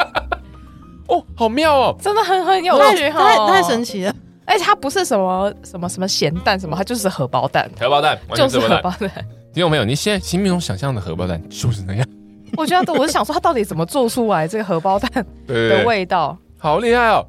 哦，好妙哦！
真的很很有趣
太
哈，
太太神奇了。
嗯
而且它不是什么什么什么咸蛋什么，它就是荷包蛋，
荷包蛋，完
就
全
是
荷包
荷
蛋
包。蛋。
听到没有？你现在心目中想象的荷包蛋就是那样。
我觉得我是想说，它到底怎么做出来这个荷包蛋
对
的味道？
好厉害哦！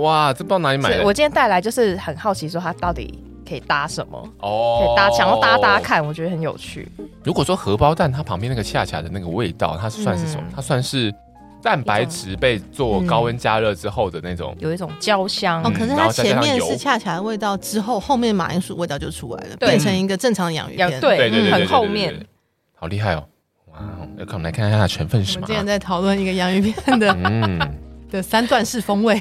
哇，这不知道哪里买
是
的
我今天带来就是很好奇，说它到底可以搭什么，可
哦
以搭想要搭搭。看，我觉得很有趣。
如果说荷包蛋它旁边那个恰恰的那个味道，它是算是什么？
嗯
它算是蛋白质被做高温加热之后的那种。
有一种焦香，
哦，
嗯
可是
然
它
后再加
前
上
面
油
是恰恰的味道，之后后面马铃薯味道就出来了，
对
变成一个正常的洋芋
要
片。
对
对对对对对
很后
对对
面
对好厉害哦！哇，哦，要看我们来看一下它的成分是
我
什
们
么
之前
啊。
在讨论一个洋芋片的
嗯，
的三段式风味，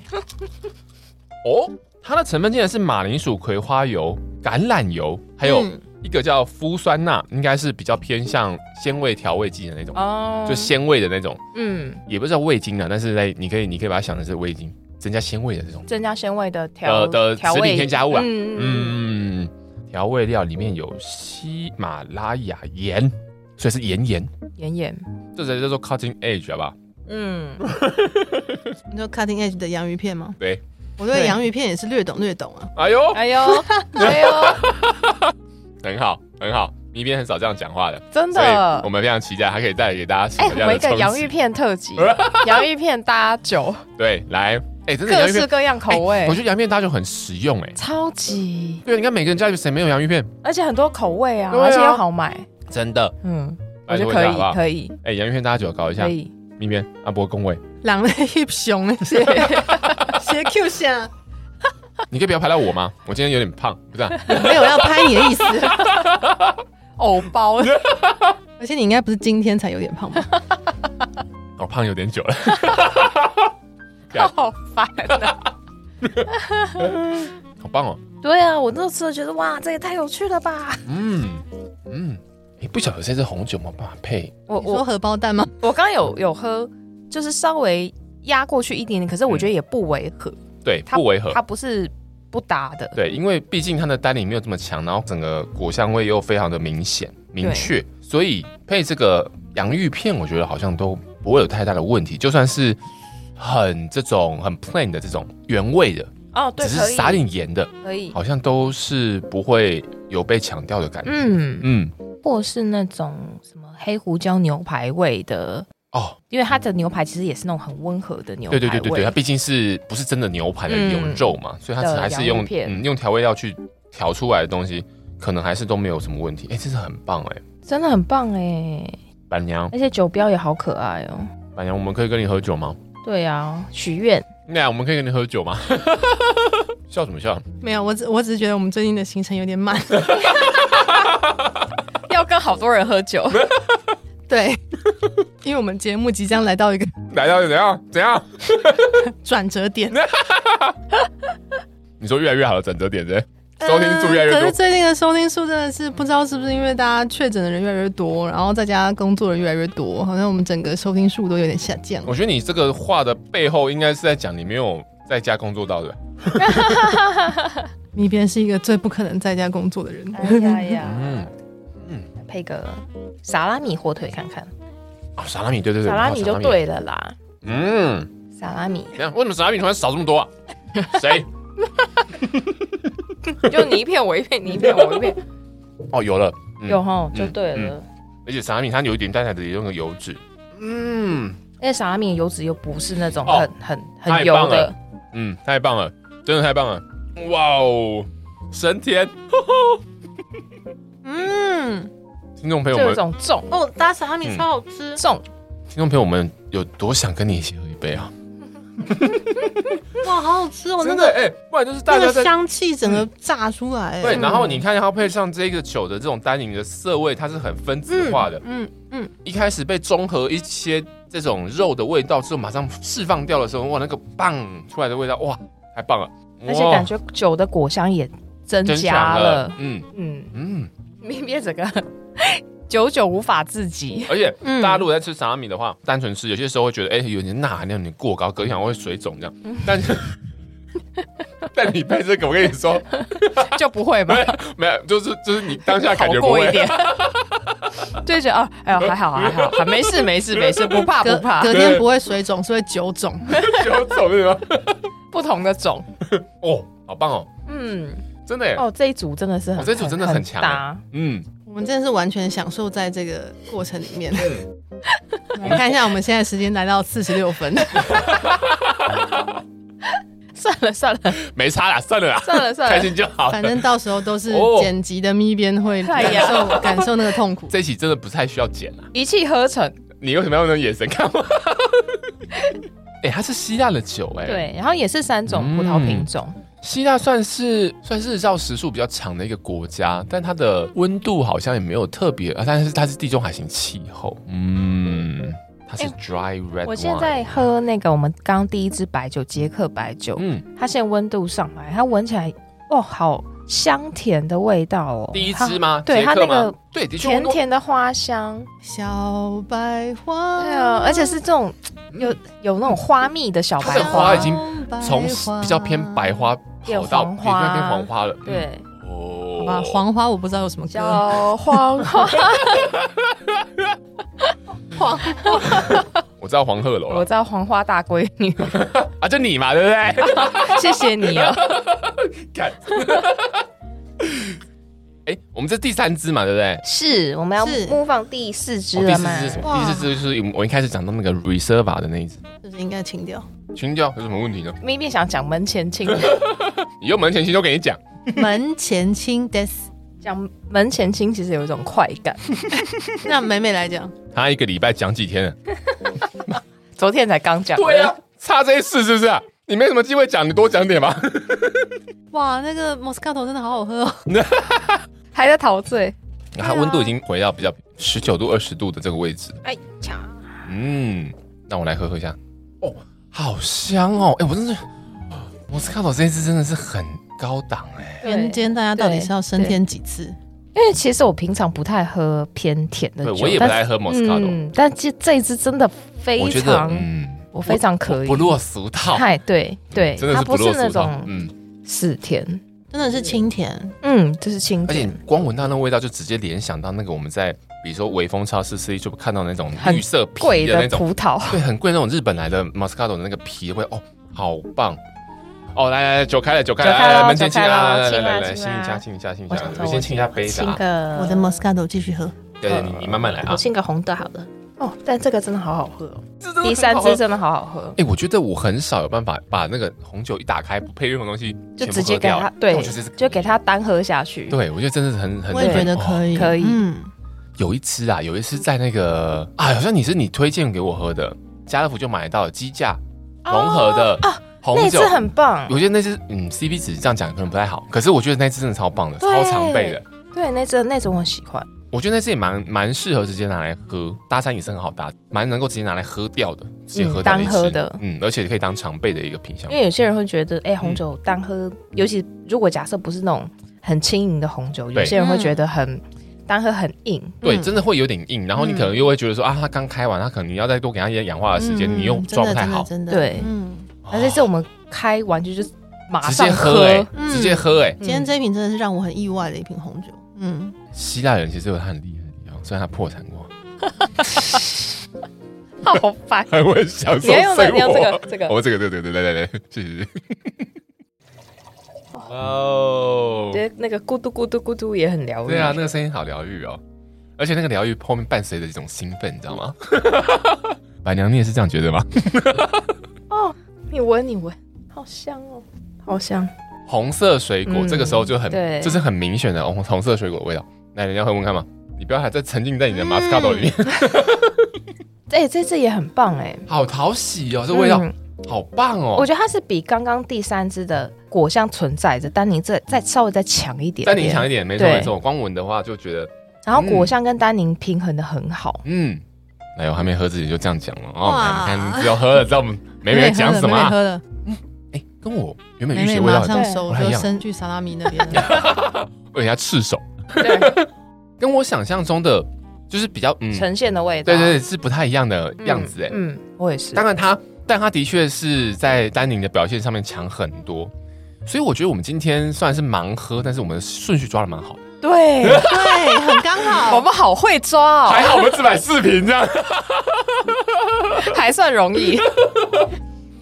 哦，它的成分竟然是马铃薯、葵花油、橄榄油，还有
嗯
一个叫麩酸钠，应该是比较偏向鲜味调味剂的那种，
哦
嗯就鲜味的那种。
嗯，
也不是叫味精啊，但是在你可以你可以把它想成是味精，增加鲜味的这种
增加鲜味的调
呃的
调
食品
味
添加物啊，
嗯嗯
嗯，调味料里面有喜马拉雅盐，所以是盐盐，
嗯，盐盐，
这才叫做 cutting edge 好不好？
嗯，
你说 cutting edge 的洋芋片吗？
对，
我对
对
洋芋片也是略懂略懂 啊。
哎呦，
哎呦哎 呦，
很好很好，迷边很少这样讲话的，
真
所以
的
我，们非常期待它可以带给大家什
哎，
么
我
样的
们 一个
冲
洋
击
芋片特辑，洋芋片搭酒，
对，来，哎、真的
各
洋芋
式
片
各样口味
哎我，觉得洋芋片大家就很实用哎、
超级，
对，你看每个人家里谁没有洋芋片？
而且很多口味啊，
对啊
而且又好买，
真的，
嗯，我
拜
觉
托
得
一
可
下好不好
以，可以，
哎、洋芋片大家就搞一下
可，以。
明啊边阿伯恭维，
狼的一熊哎， 写写 Q 下，
你可以不要拍到我吗？我今天有点胖，不是、啊？
没有要拍你的意思。
藕 包，
而且你应该不是今天才有点胖吧？
我、胖有点久了。
好烦啊！
好棒哦！
对啊，我那时候觉得哇，这也太有趣了吧！
嗯嗯，哎、不晓得这支红酒有没有办法配
我
你说
我
荷包蛋吗？
我刚刚有有喝，就是稍微压过去一点点，可是我觉得也不违和，
对不违和
它。嗯不是不搭的。
对，因为毕竟它的单宁没有这么强，然后整个果香味又非常的明显明确，所以配这个洋芋片，我觉得好像都不会有太大的问题。就算是很这种很 plain 的这种原味的，
哦，对，
只
可
是撒
以，
点盐的，
可以，
好像都是不会有被强调的感觉。嗯
嗯，或是那种什么黑胡椒牛排味的，
哦，
因为它的牛排其实也是那种很温和的牛排
对
味，
对对对对，它毕竟是不是真的牛排的
嗯
有肉嘛，所以它
的
还是
洋芋
用
片
嗯用调味料去调出来的东西，可能还是都没有什么问题。哎、这是很棒哎、
真的很棒哎、
板娘，
而且酒标也好可爱哦、
板娘，我们可以跟你喝酒吗？
对啊，许愿
那、啊我们可以跟你喝酒 吗？笑什么笑？
没有，我只我只是觉得我们最近的行程有点满。
要跟好多人喝酒，
对， 因为我们节目即将来到一个
来到怎样怎样？
转折点，
你说越来越好的转折点对？ 收听数越来越
呃可
多
是最近的收听数真的是不知道是不是因为大家确诊的人越来越多，然后在家工作的人越来越多，好像我们整个收听数都有点下降。
我觉得你这个话的背后，应该是在讲你没有在家工作到的。
你便是一个最不可能在家工作的人。
哎呀呀，
嗯，
配个萨拉米火腿看看，
哦，沙拉米，对对对，
萨拉米
我
就
们还有沙拉米。
对了啦，
嗯，
萨拉米
等一下为什么沙拉米突然少这么 多啊？谁？
就你一片我一片，你一片我一片，
哦，有了，嗯
有吼
嗯
就对了。
而且沙拉米它有一点淡淡的那个油脂，嗯
那萨拉米的油脂又不是那种
哦
很很
太
很油
棒
的
了，嗯，太棒了，真的太棒了，哇哦，神甜！
嗯，
听众朋友
就有一
们，
种重
哦，打撒哈米
超
好吃
重，
听众朋友们有多想跟你一起喝一杯啊？
哇，好好吃哦
真的哎、不然就是大
那
家
个
在。嗯
香气整个炸出来。
对，
嗯
然后你看它配上这个酒的这种单宁的涩味，它是很分子化的。
嗯嗯，
一开始被中和一些这种肉的味道之后，马上释放掉的时候，哇，那个棒出来的味道，哇，太棒了！
而且
哇
感觉酒的果香也增
真
加
香
了，
嗯
嗯，
嗯。
明变整个 久久无法自己，
而且
嗯
大家如果在吃萨拉米的话，单纯吃有些时候会觉得，哎、有点钠含量有点过高，隔天好像会水肿这样。
嗯
但 是，但你配这个，我跟你说，
就不会吧？
没有，就是就是你当下感
好
觉不
过一
会。
点， 对着啊，哎呦，还好还好，还没事没事没事，不 怕不
隔
怕，
隔天不会水肿，是会酒肿。
有肿是吗？
不同的种，
哦，好棒哦，
嗯，
真的耶。
哦，这一组真的是很，
哦这一组真的很强
搭，
嗯，
我们真的是完全享受在这个过程里面。 来看一下，我们现在时间来到四十六分，
算了算 了
没差啦，算了啦，
算了算
开
了，
心就好
反正到时候都是
哦
剪辑的咪边会
哎
感
呀
受感受那个痛苦。
这一期真的不太需要剪啦。
一气呵成，
你为什么要用那种眼神看我？ 哎、它是希腊的酒哎、，
对，然后也是三种
嗯
葡萄品种，
希腊算是算是日照时数比较长的一个国家，但它的温度好像也没有特别，啊，但是它是地中海型气候，嗯，它是
哎
dry red wine、
我现在喝那个我们刚刚第一支白酒捷克白酒，
嗯，
它现在温度上来，它闻起来哦，好香甜的味道哦，
第一支吗？
对
捷
它
克
那
吗
个
对，的
它
确温
甜
度
甜的花香，
小白花，
对啊，而且是这种有有那种花蜜的小
它
白
的花
花
已，经从
小白花
比较偏白花
变
跑到
黄
变
花
变黄花了，嗯，
对，
哦
好吧，黄花我不知道有什么歌，
小黄 花，
我知道黄鹤楼
我
了
知道黄花大闺女，
啊，就你嘛，对不 对？
谢谢你哦。
看， 哎、我们这第三支嘛，对不对？
是，我们要
是
模仿第四支
哦第
了
四
嘛？
支是什么？
哇
第四支就是我一开始讲到那个 Reserva 的那一支。
就是应该清 掉。
清掉有什么问题呢？
咪咪想讲门前清，
以后门前清都给你讲，
门前清 death。
讲门前清其实有一种快感。
那美美来讲，
他一个礼拜讲几天了？
昨天才刚讲，
对啊，差这一次是不是啊？你没什么机会讲，你多讲 点吧。
哇，那个 Moscato 真的好好喝哦。
还在陶醉。
它啊温度已经回到比较十九度、二十度的这个位置。
哎，抢！
嗯，那我来喝喝一下。哦，好香哦！哎、我真的是，莫斯卡朵这一支真的是很高档哎、
今天大家到底是要升天几次？
因为其实我平常不太喝偏甜的
对，
酒，
我也不
但是
爱喝莫斯卡朵，
嗯，但这这一支真的非
我觉得
常，
嗯，
我非常可以
不。落俗套，
嗨，对对，
真的
它
是
不
不
是
落
那
俗套。
种
嗯，
死甜，
真的是清甜，
嗯，就是清
而且
甜
你，光闻到那味道，就直接联想到那个我们在比如说微风超市吃就看到那种
很
绿色
贵
皮的
的
那种
葡萄。
对，很贵那种日本来的 Moscato 的那个皮味，哦，好棒！哦，来来来，酒开了，酒开了，
酒开
来来
咯
来门前
酒
亲
开
啊！
咯
来来
亲啊
来来，
亲
亲一
啊
下，亲一下，亲一
我
下
想，说
我先亲一下杯子
亲
啊！
个
我的 Moscato 继续喝。
对对，你你慢慢来啊
我！清个红的好了。哦，但这个真的好好喝哦，
这真的
第
很
三
好喝
支，真的好好喝。
哎，我觉得我很少有办法把那个红酒一打开不配任何东西
就
全部
直接
喝
给
掉
它，
但
对
我觉得这是，
就给它单喝下去。
对，我觉得真的是很很，
我也觉得
哦
可以，
可以
嗯，
有一支啊，有一次在那个啊，好像你是你推荐给我喝的，家乐福就买到了鸡架
哦
融合的
啊
那
红
一
酒
支，很棒，
我觉得那支嗯 CP 值这样讲可能不太好，可是我觉得那支真的超棒的，
对
超常备的。
对，那支那支我很喜欢。
我觉得那支也蛮蛮适合直接拿来喝，搭餐也是很好搭，蛮能够直接拿来喝掉的，直接喝掉
嗯
一支
当喝的
嗯，而且可以当常备的一个品相
因。为有些人会觉得，哎、
嗯
红酒单喝，尤其如果假设不是那种很轻盈的红酒，
对
有些人会觉得很单喝很硬。
对，
嗯
真的会有点硬，然后你可能又会觉得说啊，它刚开完，它可能你要再多给它一点氧化的时间，
嗯
你又抓不太好，
真的，真的
对
嗯，
那这次我们开完就就是马
直
上
接喝哎，
嗯
直接喝哎，
今天这一瓶真的是让我很意外的一瓶红酒，嗯，
希腊人其实有他很厉害的地方，虽然他破产过，
好烦
。还会享
你要用的，你要这个这个，
我哦这个对对对对来来来，谢谢谢谢。 哇哦
我觉得那个咕嘟咕嘟咕嘟也很疗愈。
对啊，那个声音好疗愈哦，而且那个疗愈后面伴随着一种兴奋，你知道吗？ 白娘，你也是这样觉得吗？
哦你闻你闻，好香哦，好香。
红色水果、
嗯
这个时候就很，
对
这是很明显的红红色水果的味道。来，人家会问看吗？你不要还在沉浸在你的马斯卡豆里面，
哎、这次也很棒哎、
好讨喜哦，这味道、
嗯
好棒哦
我。觉得它是比刚刚第三支的果香存在着，丹宁这再稍微再强一点点，
但你想一点，嗯没错
对
没错，光闻的话就觉得，
然后果香跟丹宁平衡的很好，
嗯，哎呦，还没喝之前就这样讲了哦。
哇
来你看，你只要喝了，知道我们美美在讲什么
美美
啊？
喝了，
哎，跟我原本
美
预期
美
的味道
马
很像，
上手
不太一
就
样
伸去萨拉米那 边了，
人家赤手，
对，
跟我想象中的就是比较嗯，
呈现的味道，
对对对，是不太一样的样子哎。
嗯，我也是
当。然他，但他的确是在丹宁的表现上面强很多，所以我觉得我们今天虽然是盲喝，但是我们顺序抓的蛮好的，
对，
对，很刚
我
好，
们 好会抓哦，
还好我们只买四瓶这样。
还算容 易。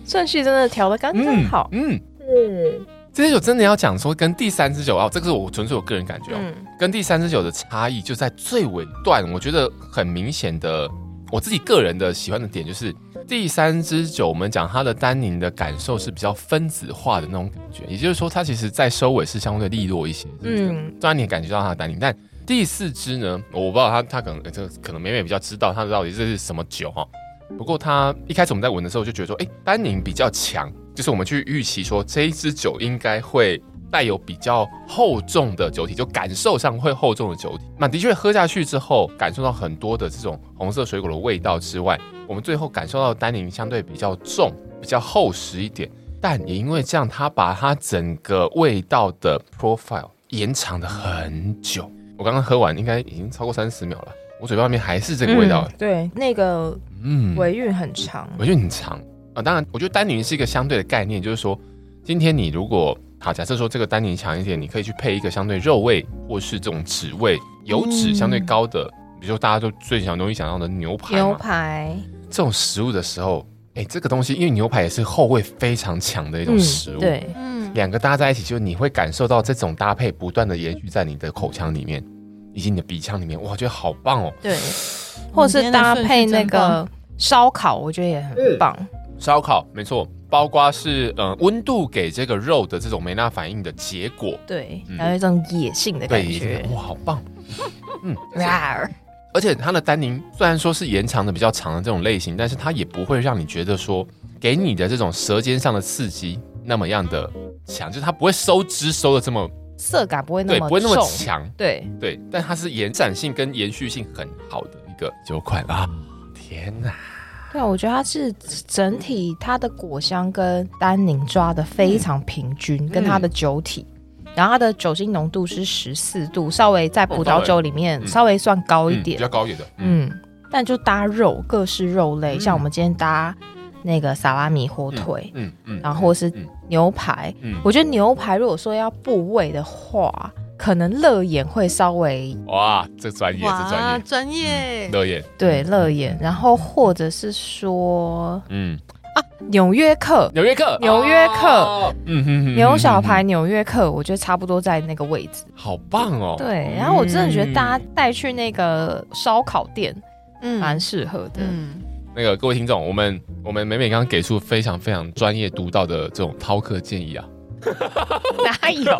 顺序真的调的刚刚好，
嗯，这些酒真的要讲说跟第三支酒啊，这个是我纯粹我个人感觉哦，
嗯，
跟第三支酒的差异就在最尾段，我觉得很明显的，我自己个人的喜欢的点就是第三支酒，我们讲它的单宁的感受是比较分子化的那种感觉，也就是说它其实在收尾是相对利落一些，嗯
嗯，
虽然你也感觉到它的单宁，但第四支呢，我不知道它它可能、呃这个可能美美比较知道它到底这是什么酒哈、不过它一开始我们在闻的时候就觉得说，哎，单宁比较强，就是我们去预期说这一支酒应该会带有比较厚重的酒体，就感受上会厚重的酒体。那的确喝下去之后，感受到很多的这种红色水果的味道之外，我们最后感受到单宁相对比较重、比较厚实一点。但也因为这样，它把它整个味道的 profile 延长的很久。我刚刚喝完，应该已经超过三十秒了，我嘴巴里面还是这个味道
嗯。对，那个
嗯
尾韵很长，
我觉得很长啊。当然，我觉得单宁是一个相对的概念，就是说，今天你如果好，假设说这个单宁强一点，你可以去配一个相对肉味或是这种脂味、油脂相对高的，
嗯
比如说大家都最想容易想到的牛排嘛，
牛排，
这种食物的时候，哎、这个东西因为牛排也是后味非常强的一种
嗯
食物，
对，
嗯，
两个搭在一起，就你会感受到这种搭配不断的延续在你的口腔里面，以及你的鼻腔里面。哇，我觉得好棒哦！
对，
或者是搭配那
我们今天的顺序真棒
个烧烤，我觉得也很棒。
烧烤没错，包括是嗯温度给这个肉的这种梅纳反应的结果。
对，
嗯
然后有一种野性的感
对，
觉。
哇，好棒！嗯，
哇，
而且它的单宁虽然说是延长的比较长的这种类型，但是它也不会让你觉得说给你的这种舌尖上的刺激那么样的强，就是它不会收汁收的这么
色感不会那
对，
么
不会那么
重。
强，
对，
对，但它是延展性跟延续性很好的一个酒款啊！天哪，
对啊，我觉得它是整体它的果香跟单宁抓的
嗯
非常平均，跟它的酒体，然后它的酒精浓度是十四度，稍微在葡萄酒里面
嗯
稍微算高一
嗯比
点
较。高一点的，嗯，
嗯，但就搭肉，各式肉类，
嗯
像我们今天搭那个萨拉米火腿，
嗯嗯
然后或是
嗯
牛排。
嗯
我觉得牛排如果说要部位的话，可能乐眼会稍微
哇，这专业，这
哇，
专
专业
业，，乐眼，
对乐眼，然后或者是说
嗯，
纽约客。
纽约客，
纽约客
哦，嗯哼哼
牛小排、，纽约客，我觉得差不多在那个位置
哼。哼好棒哦！
对，然后我真的觉得大
嗯
家带去那个烧烤店
嗯
蛮适合的。
嗯，
那个各位听众，我们我们美美刚刚给出非常非常专业独到的这种饕客建议啊，
哪有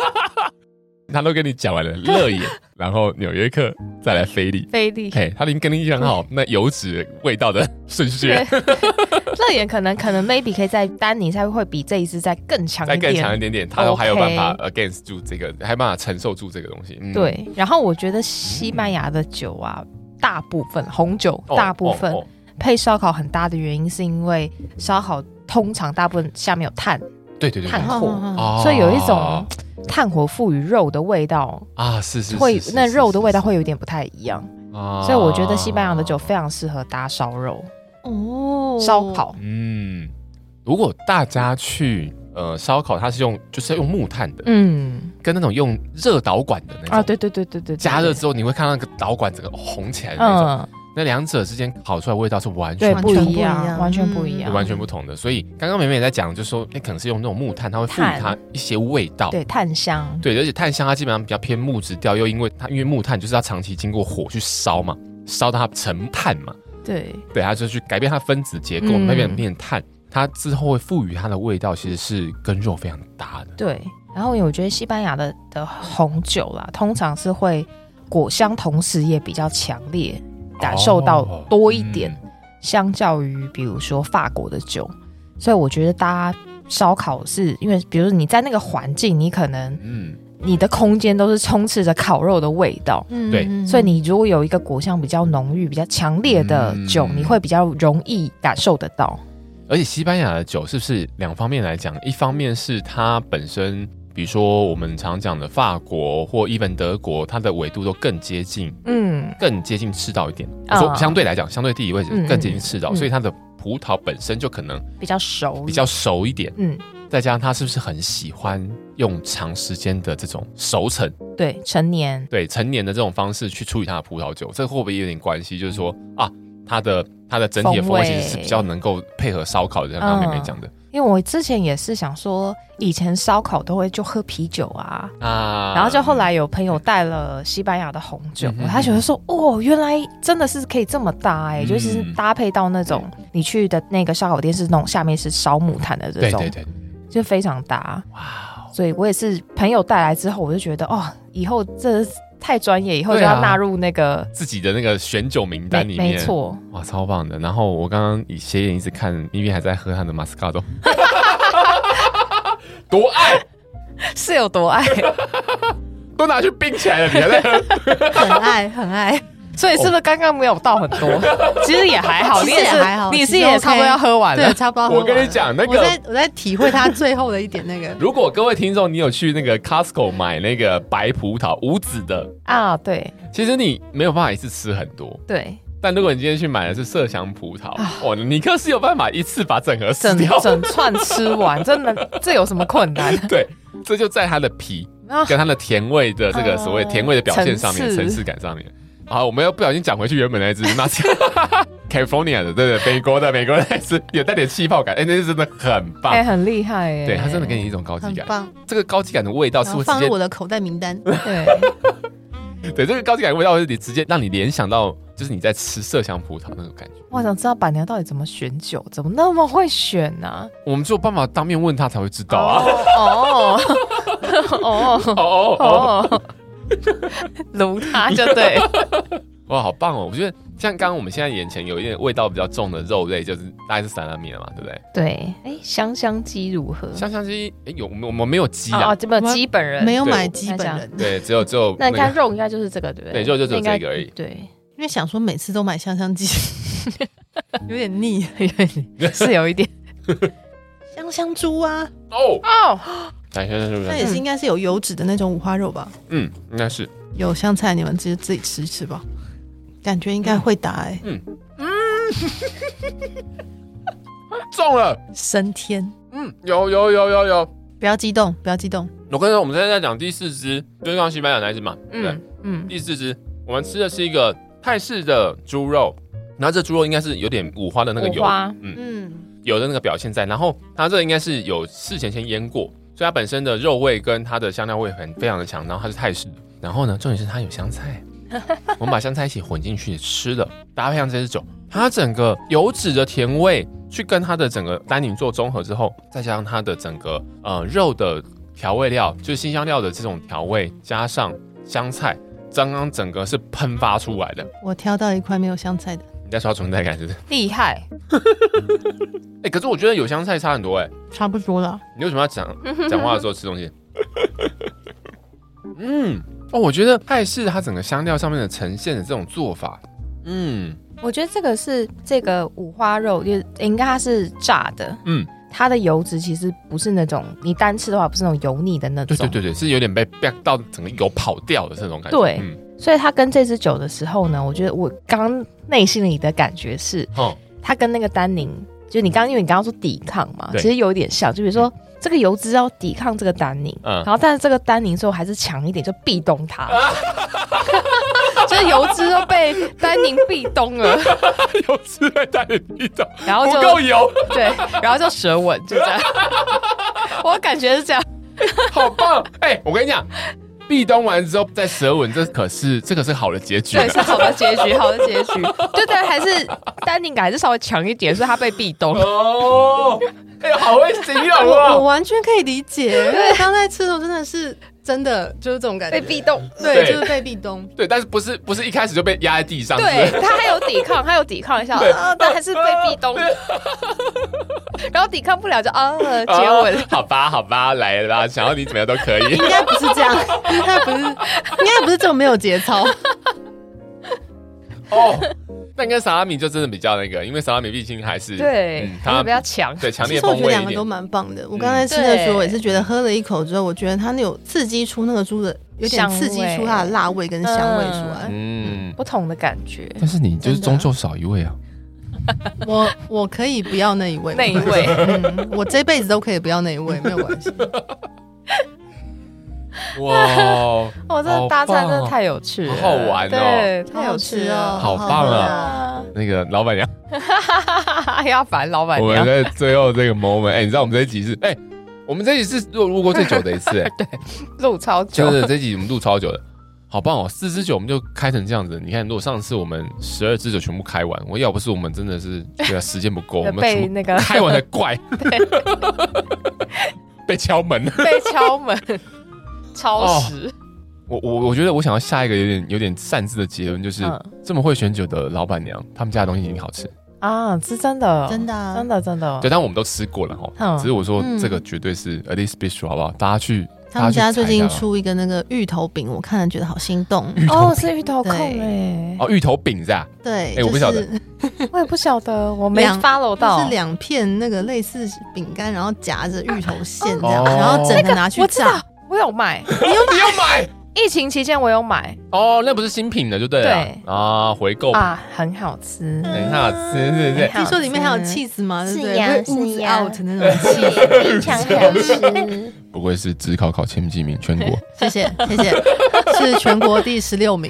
他都跟你讲完了乐眼，然后纽约客，再来菲力，
菲力？
嘿，他已经跟你讲好那油脂味道的顺序了，
乐眼可能可能 maybe 可以在丹尼才会比这一支再更强
再
一
更强
点。
一点点，他都还有办法 against 住这个，还有办法承受住这个东西。嗯，
对，然后我觉得西班牙的酒啊，大部分红酒
哦
大部分
哦哦
配烧烤很搭的原因，是因为烧烤通常大部分下面有炭，
对对对
炭
对，
火，
哦，
哦
所以有一种炭火赋予肉的味道，
啊，是是是
会
是
那
是
肉的
是
味道
是
会有点不太一样。
啊
所以我觉得西班牙的酒非常适合搭烧肉、
哦
烧，烤。
嗯，如果大家去呃烧烤，它是用就是要用木炭的，
嗯
跟那种用热导管的那种
啊，对对对对对，对
加热。之后你会看到那个导管整个红起来的那种，
嗯，
那两者之间烤出来的味道是完
对，
全
不
全不
一
一
样，
样
完全不一样，
嗯完全不同的。所以刚刚美美也在讲，就是说那可能是用那种木炭，它会赋予
炭
它一些味道。
对炭香，
对，而且炭香它基本上比较偏木质调，又因为它因为木炭就是要长期经过火去烧嘛，烧到它成炭嘛，
对
对，它就去改变它分子结构，
嗯
改变变炭，它之后会赋予它的味道，其实是跟肉非常搭的。
对。然后我觉得西班牙的的红酒啦，通常是会果香，同时也比较强烈，感受到
哦
多一点，
嗯
相较于比如说法国的酒。所以我觉得搭烧烤是因为，比如说你在那个环境，你可能
嗯，
你的空间都是充斥着烤肉的味道，
嗯
对
嗯
所以你如果有一个果香比较浓郁、比较强烈的酒，
嗯
你会比较容易感受得到。
而且西班牙的酒是不是两方面来讲？一方面是它本身，比如说我们常讲的法国或 even 德国，它的纬度都更接近，
嗯，
更接近赤道一点。我
啊
说相对来讲，相对地理位置
嗯
更接近赤道，
嗯
所以它的葡萄本身就可能
比较熟，
比较熟一点。
嗯，
再加上它是不是很喜欢用长时间的这种熟成，
对，成年
对成年的这种方式去处理它的葡萄酒，这会不会有点关系？就是说啊，它的它的整体的风
嗯风
味
味嗯
其实是比较能够配合烧烤的，就像刚刚妹妹讲的
因为我之前也是想说，以前烧烤都会就喝啤酒啊，
啊。
然后就后来有朋友带了西班牙的红酒，
嗯嗯嗯
他觉得说，哦，原来真的是可以这么搭哎、
嗯
就是搭配到那种你去的那个烧烤店是那种下面是烧木炭的这
对
种，
对对，
就非常搭。
哇，哦
所以我也是朋友带来之后，我就觉得哦，以后这太专业，以后就
对啊
要纳入那个、
自己的那个选酒名
没
单里面，
没，错，
哇，超棒的。然后我刚刚以斜眼一直看，咪咪还在喝他的马斯 卡 o 多爱
是有 多爱，
都拿去冰起来了，你还在喝？
很爱很 爱，
所以是不是刚刚没有到很多？
哦
其实也还好，
其
你
实
也
也
是
还好
你
其实
是也
OK
差不多要喝完
对，
了。
差不多要喝
我
完了。
跟你讲，那
我在
个，
我在体会他最后的一点那个
如果各位听众你有去那个 Costco 买那个白葡萄无籽的，
啊，对
其实你没有办法一次吃很多，
对，
但如果你今天去买的是麝香葡萄，哦，尼克是有办法一次把整盒吃
整
掉。
整串吃完，真的这有什么困难？
对，这就在它的皮
啊
跟它的甜味的这个
啊
所谓甜味的表现上面、
层次
层次感上面。好，我们又不小心讲回去原本那只马斯卡， California 的，对对，美国的，美国的是 有带点气泡感，哎、那是真的很 棒，
哎、很厉害哎、
对，它真的给你一种高级
很
感。
棒，
这个高级感的味道是
然
会
后
直
放
接
入我的口袋名单。
对，
对，这个高级感的味道是你直接让你联想到，就是你在吃麝香葡萄那种感觉。
我想知道板娘到底怎么选酒，怎么那么会选啊呢、
我们只有办法当面问他才会知道啊。
哦哦
哦哦哦，
哦，撸他就对，
哇，好棒哦！我觉得像刚刚我们现在眼前有一点味道比较重的肉类，就是大概是散拉米了嘛，对不对？
对，哎，香香鸡如何？
香香鸡，哎，有我们我们没有鸡
嗯哦，
啊
哦，，这本基本人
没有
对
买基
那这
本
样
人，
对，只有只有
那
那
应该
个
肉应该就是这个对不
对
对？
肉就只有
那应该
这个而已
对，
因为想说每次都买香香鸡， 有点腻。
是有一点
香香猪啊，
哦，
哦，
来香香是不
那
是？
也是应该是有油脂的那种五花肉吧？
嗯，应该是。
有香菜，你们自己自己吃一吃吧。感觉应该会打哎、
中了，
升天！
嗯，有有有有有。
不要激动，不要激动。
我跟你说，我们现在在讲第四只，就是刚刚西班牙那一只嘛，对不对
嗯嗯，
第四只，我们吃的是一个泰式的猪肉，然后这猪肉应该是有点五花的那个
五
油，
花
嗯，
嗯，
有的那个表现在。然后它这应该是有事前先腌过，所以它本身的肉味跟它的香料味很非常的强。然后它是泰式的，然后呢，重点是它有香菜，我们把香菜一起混进去吃了，搭配上这支酒，它整个油脂的甜味去跟它的整个单宁做综合之后，再加上它的整个呃肉的调味料，就是新香料的这种调味，加上香菜，刚刚整个是喷发出来的。
我挑到一块没有香菜的，
你在刷存在感是不是？
厉害，
哎、可是我觉得有香菜差很多哎、
差不多了。
你为什么要讲讲话的时候吃东西？ 嗯，哦，我觉得泰式它整个香料上面的呈现的这种做法，嗯，
我觉得这个是这个五花肉，就是应该它是炸的，
嗯，
它的油脂其实不是那种你单吃的话不是那种油腻的那
对
种，
对对对，是有点被被到整个油跑掉的这种感觉。
对
嗯，
所以它跟这支酒的时候呢，我觉得我刚内心里的感觉是，
哦，
它跟那个丹宁，就你刚因为你刚刚说抵抗嘛，
对
其实有一点像，就比如说。这个油脂要抵抗这个单宁，
嗯
然后但是这个单宁最后还是强一点，就壁 咚它， 就是油脂都被单宁壁 咚了，
油脂会带你一种
然后
不
就
够油，
对，然后就舌吻，就这样。我感觉是这样，
好棒！哎、我跟你讲，壁咚完之后再舌吻，这可是这可是好的结局。
对，是好的结局，好的结局。对对，还是丹宁感还是稍微强一点，所以他被壁 咚。
哦，哎、 好会形容
我
哦。
完全可以理解，因为刚才吃的时候真的是真的就是这种感觉，
被壁咚，
对，
对
就是被壁咚。
对，但是不是不是一开始就被压在地上，是不是
对他还有抵抗，他有抵抗一下，啊，但还是被壁咚， 然后抵抗不了就啊 接吻。
哦好吧，好吧，来啦，想要你怎么样都可以
应。该不是这样，应该不是，应该不是这种没有节操。
哦， 但跟萨拉米就真的比较那个，因为萨拉米毕竟还是
对，他
它
比较强。
嗯对强
其
烈
实我
风
觉得
味
两
一
个都
点。
蛮棒的。我
嗯
刚才吃的时
对
候，我也是觉得喝了一口之后，我觉得它那有刺激出那个猪的，有点
香味
刺激出它的辣味跟香味出来。
嗯，
不同的感觉，
但是你就是
真的
终
啊
究少一位啊，
我我可以不要那一味吗，
那一 位
嗯，我这辈子都可以不要那一味，没有关系。
哇，
哦，这个
啊
搭
好
餐
棒哦
真的太有趣了，
好好玩哦
对，
好
太
好
有趣
吃哦，
了，
好棒
喝
啊！ 那个老板娘，
要烦老板
我们
娘，
在最后这个 moment，哎，你知道我们这一集是哎，我们这一集是录录过最久的一次，哎，
录超久
就，是这一集我们录超久的。好棒哦！四支酒我们就开成这样子。你看，如果上次我们十二支酒全部开完，我要不是我们真的是对啊，时间不够，我们全
被
部
那个
开完才怪， 被敲门。
被敲门， 超
哦
时，
我我我觉得我想要下一个有点有点擅自的结论，就是、
嗯
这么会选酒的老板娘，他们家的东西一定好吃。
啊，是真的，
真的啊
真的，真的
对，，但我们都吃过了哈。
嗯
只是我说
嗯
这个绝对是 at least special 好不好？大家去
他们家
大去
最
踩一
近
下
出一个那个芋头饼，我看了觉得好心 动。
哦，是芋头控
对
哎，
哦芋头饼是吧？
对，
哎我不晓得
就是
我也不晓得，我没
两
follow
就
到
是。两片那个类似饼干，然后夹着芋头馅这
哦
样，然后整个拿去
我知道
炸。，
我有买，
你要买？
疫情期间我有买
哦，那不是新品的就对了
对
啊，回购版
啊，很好吃。
很好吃，是
哎
不是？
听说里面还有 cheese 嘛，对不对？会
是
ooze
呀
out 那种 cheese。
非常好吃。
不愧是只考考前几名全 国，
谢谢谢谢， 是全国第十六名。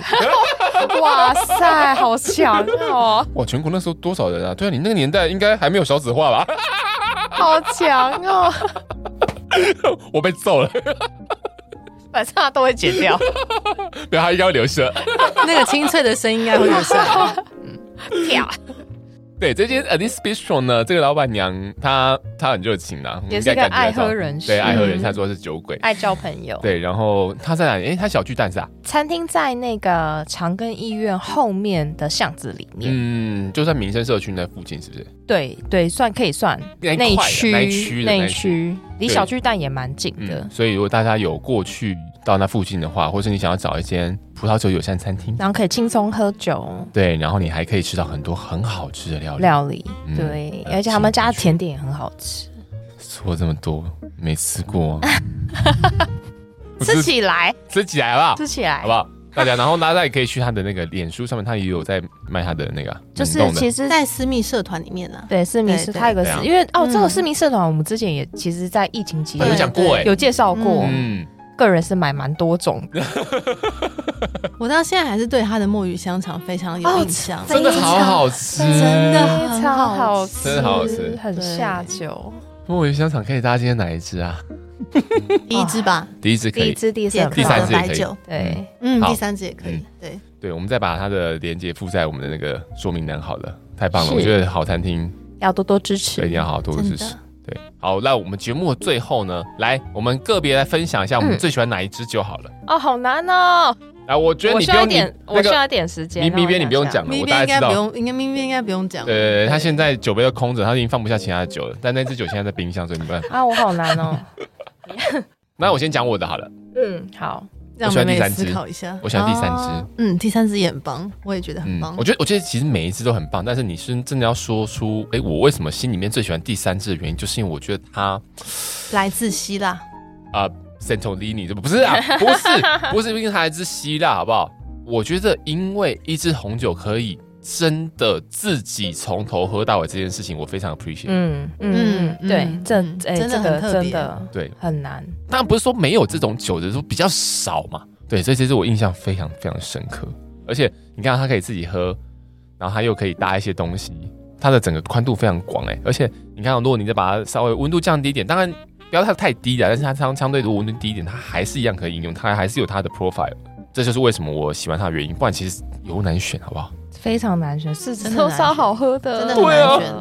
哇塞，好强 哦，
哇，全国那时候多少人啊？对啊，你那个年代应该还没有少子化吧？
好强哦！
我被揍了，
反正他都会剪 掉，
对，他应该会留下。
那个清脆的声音应该会有声。
跳
对，这间呃 a d i s p i s t r o 呢，这个老板娘她她很热情啊，
也是
我
个
们应该感觉
爱
得到
喝人士，
对，爱喝人士，
嗯
她说是酒鬼。
爱交朋友。
对，然后她在哪里？哎，她小巨蛋是啊，
餐厅在那个长庚医院后面的巷子里面，
嗯，就在民生社区那附近，是不是？
对对，算可以算
那一块的
一区
那一区的
那
那
一
一
区，离
对
小巨蛋也蛮近的。
嗯，所以如果大家有过去到那附近的话，或是你想要找一间葡萄酒友善餐厅，
然后可以轻松喝酒、
对，然后你还可以吃到很多很好吃的料理。
料理，
嗯
对，
呃
而且他们家的
请进去
甜点也很好吃，
说这么多没吃过，我
吃起来，
吃起来吧，
吃起
好
来
不，好？大家，然后大家也可以去他的那个脸书上面，他也有在卖他的那个
就是
冷冻的
其实。
在私密社团里面呢，
对，市民
对
社
对
它有个
对啊
市，因为哦，
嗯
这个市民社团我们之前也其实，在疫情期
好像
间
讲过哎
有介绍过，
嗯，
个人是买蛮多种的，
我到现在还是对它的墨鱼香肠非常有印象。
非
真的好好吃，
真的
非常好吃，
嗯真的好吃
很
对
下酒。
墨鱼香肠可以搭今天哪一支啊？
第一支吧，
第一支可
第一
以，
支、第
解
三
渴
第三
的
支也
白
可以
酒，
对，
嗯，
好
第三支也可以。对，
对，我们再把它的链接附在我们的那个说明栏好了。太棒了，
是
我觉得好餐厅
要多多
对
支
一
持。
定要好好多多支
真
持
的。。
对，好，那我们节目的最后呢，来，我们个别来分享一下我们
嗯
最喜欢哪一支酒好了。
哦，好难哦，
来，我觉得
我
你
需
不
要
用
一
你
点，我
那
需
个
要一点时间。哦
咪咪
啊让我
边你
想
不用
想
讲了，
咪
我
边
大
应
概
该
知道。
不用，应该咪边应该不用讲。
对，他
对
现在酒杯都空着，他已经放不下其他的酒了，但那支酒现在在冰箱，所以没办法。
啊，我好难哦。
那我先讲我的好了，
嗯，好，
让
我喜欢第
妹妹
三
思
支
考一下。
我喜欢第三支。
哦
嗯，第三支也很棒，我也觉得
嗯
很棒，
我。觉得我觉得其实每一支都很棒，但是你是真的要说出，哎、我为什么心里面最喜欢第三支的原因，就是因为我觉得它
来自希腊，
Santolini 这不是啊，不是不是，因为它来自希腊，好不好？我觉得因为一支红酒可以真的自己从头喝到尾这件事情，我非常 appreciate。
嗯嗯
嗯
嗯，对
嗯，
这
嗯
哎，
真的
这
很
个
特
真
别
的
对，
很难。
当然不是说没有这种酒，只是说比较少嘛。对，所以这是我印象非常非常深刻。而且你看，它可以自己喝，然后它又可以搭一些东西，它的整个宽度非常广哎、而且你看哦，如果你再把它稍微温度降低一点，当然不要太太低了，但是它相相对如果温度低一点，它还是一样可以饮用，它还是有它的 profile。这就是为什么我喜欢它的原因，不然其实有难选，好不好？
非常难选，是
真的
都
难
超
选
好喝的，
真的很
对啊
难选。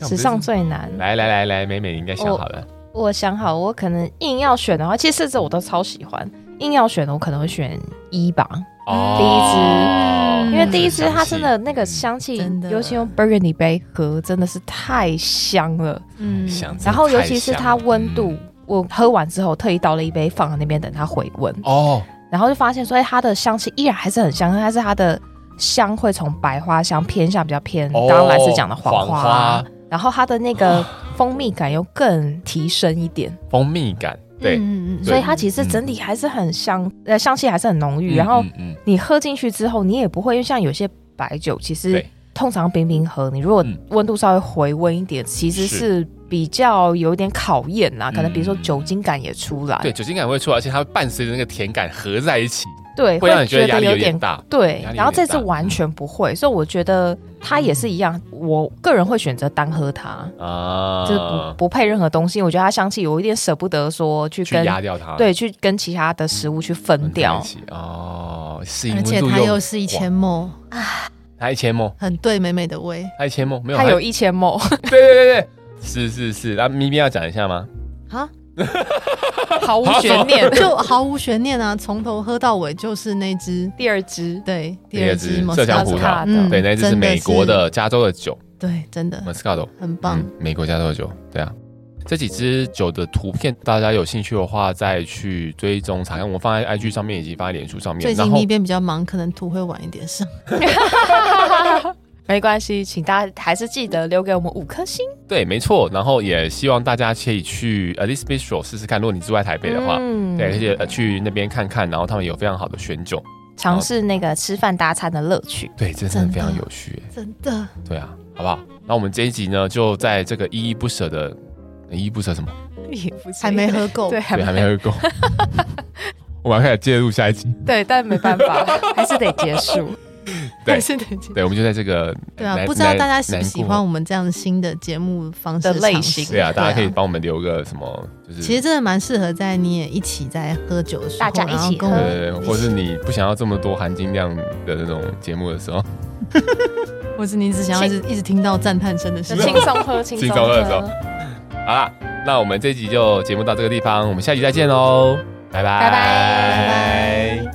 史上最难。
来来来来，美美你应该想
我
好了，
我想好，我可能硬要选的话，其实四支我都超喜欢。硬要选的，我可能会选一吧，
哦
第一支
因为第一支它真的那个
嗯
香气
真，的
尤其用 Burgundy 杯喝，真的是太香了。
嗯，
想，
然后尤其是它温度，
嗯
我喝完之后特意倒了一杯放在那边等它回温，
哦，
然后就发现说，哎，它的香气依然还是很香，但是它的香会从白花香偏向比较偏
哦
刚刚来自讲的黄
黄
花
花，哦
然后它的那个蜂蜜感又更提升一点，
蜂蜜感，对，
嗯嗯嗯
所以它其
实
实整体还是很香，呃，香气还是很浓郁。然后
嗯嗯
你喝进去之后，你也不会因为像有些白酒其实
对。
通常冰冰喝，你如果
嗯
温度稍微回温一点，其实
是
是比较有一点考验啦。可能比如说
嗯
酒精感也出来，
对，酒精感会出来，而且它会伴随着那个甜感合在一起，
对，
会让你觉得压力有
有
点
点
大。
对
压，力
然后
有点
这
大嗯
次完全不会，所以我觉得它也是一样。我个人会选择单喝它，
啊，
就是不不配任何东西。我觉得它香气有一点舍不得说去
去
跟
压掉啊它，
对去跟其他的食物去分
混在
掉
一。起哦，是因
而
为
且它又是一千梦，
它一千梦，
很对美美的胃。
它一千梦没有，
它有一千亩，
对对对对，是是是，那咪咪要讲一下吗？
啊，
毫无悬念。
就毫无悬念啊，从头喝到尾就是那支，
第二支
对，
第
第
二
二
支
支莫
麝
斯
香
卡
葡
佐
萄
的
嗯
对，那一支是
真的
美国的加州的酒
对，真的
Moscato，
很棒。
嗯，美国加州的酒，对啊。这几支酒的图片，大家有兴趣的话再去追踪查看。我们放在 IG 上面以及放在脸书上面。
最近
然后
那边比较忙，可能图会晚一 点上。
没关系，请大家还是记得留给我们五颗星。
对，没错。然后也希望大家可以去 a l i c e b i s t r o 试试看，如果你住在台北的话，
嗯
对，而且呃去那边看看，然后他们有非常好的选酒，
尝试那个吃饭搭餐的乐趣。
对，真的
真的
非常有趣，
真的
对啊，好不好？那我们这一集呢，就在这个依依不舍的，依依不舍什么？
也不是
还没喝够，
对，还
对，还
没
没喝 够。我们要开始介入下一集，
对，但没办法， 还是得结束。
对
还是得接
对，我们就在这个
对啊
难，
不知道
难
大家喜不喜
难
欢
过
我们这样新的节目方式
的类
尝试
型
对啊，大家可以
对啊
帮我们留个什么，就是
其实真的蛮适合在你也一起在喝酒的时候，啊
大家一
然
起
后跟我们
呃，或是你不想要这么多含金量的那种节目的时候，
或是你只想要一直一直听到赞叹声的时
就
候，
轻松喝，轻
轻
松
松喝
喝
的时候，好啦，那我们这一集就节目到这个地方，我们下集再见喽，拜拜，
拜拜
拜
拜。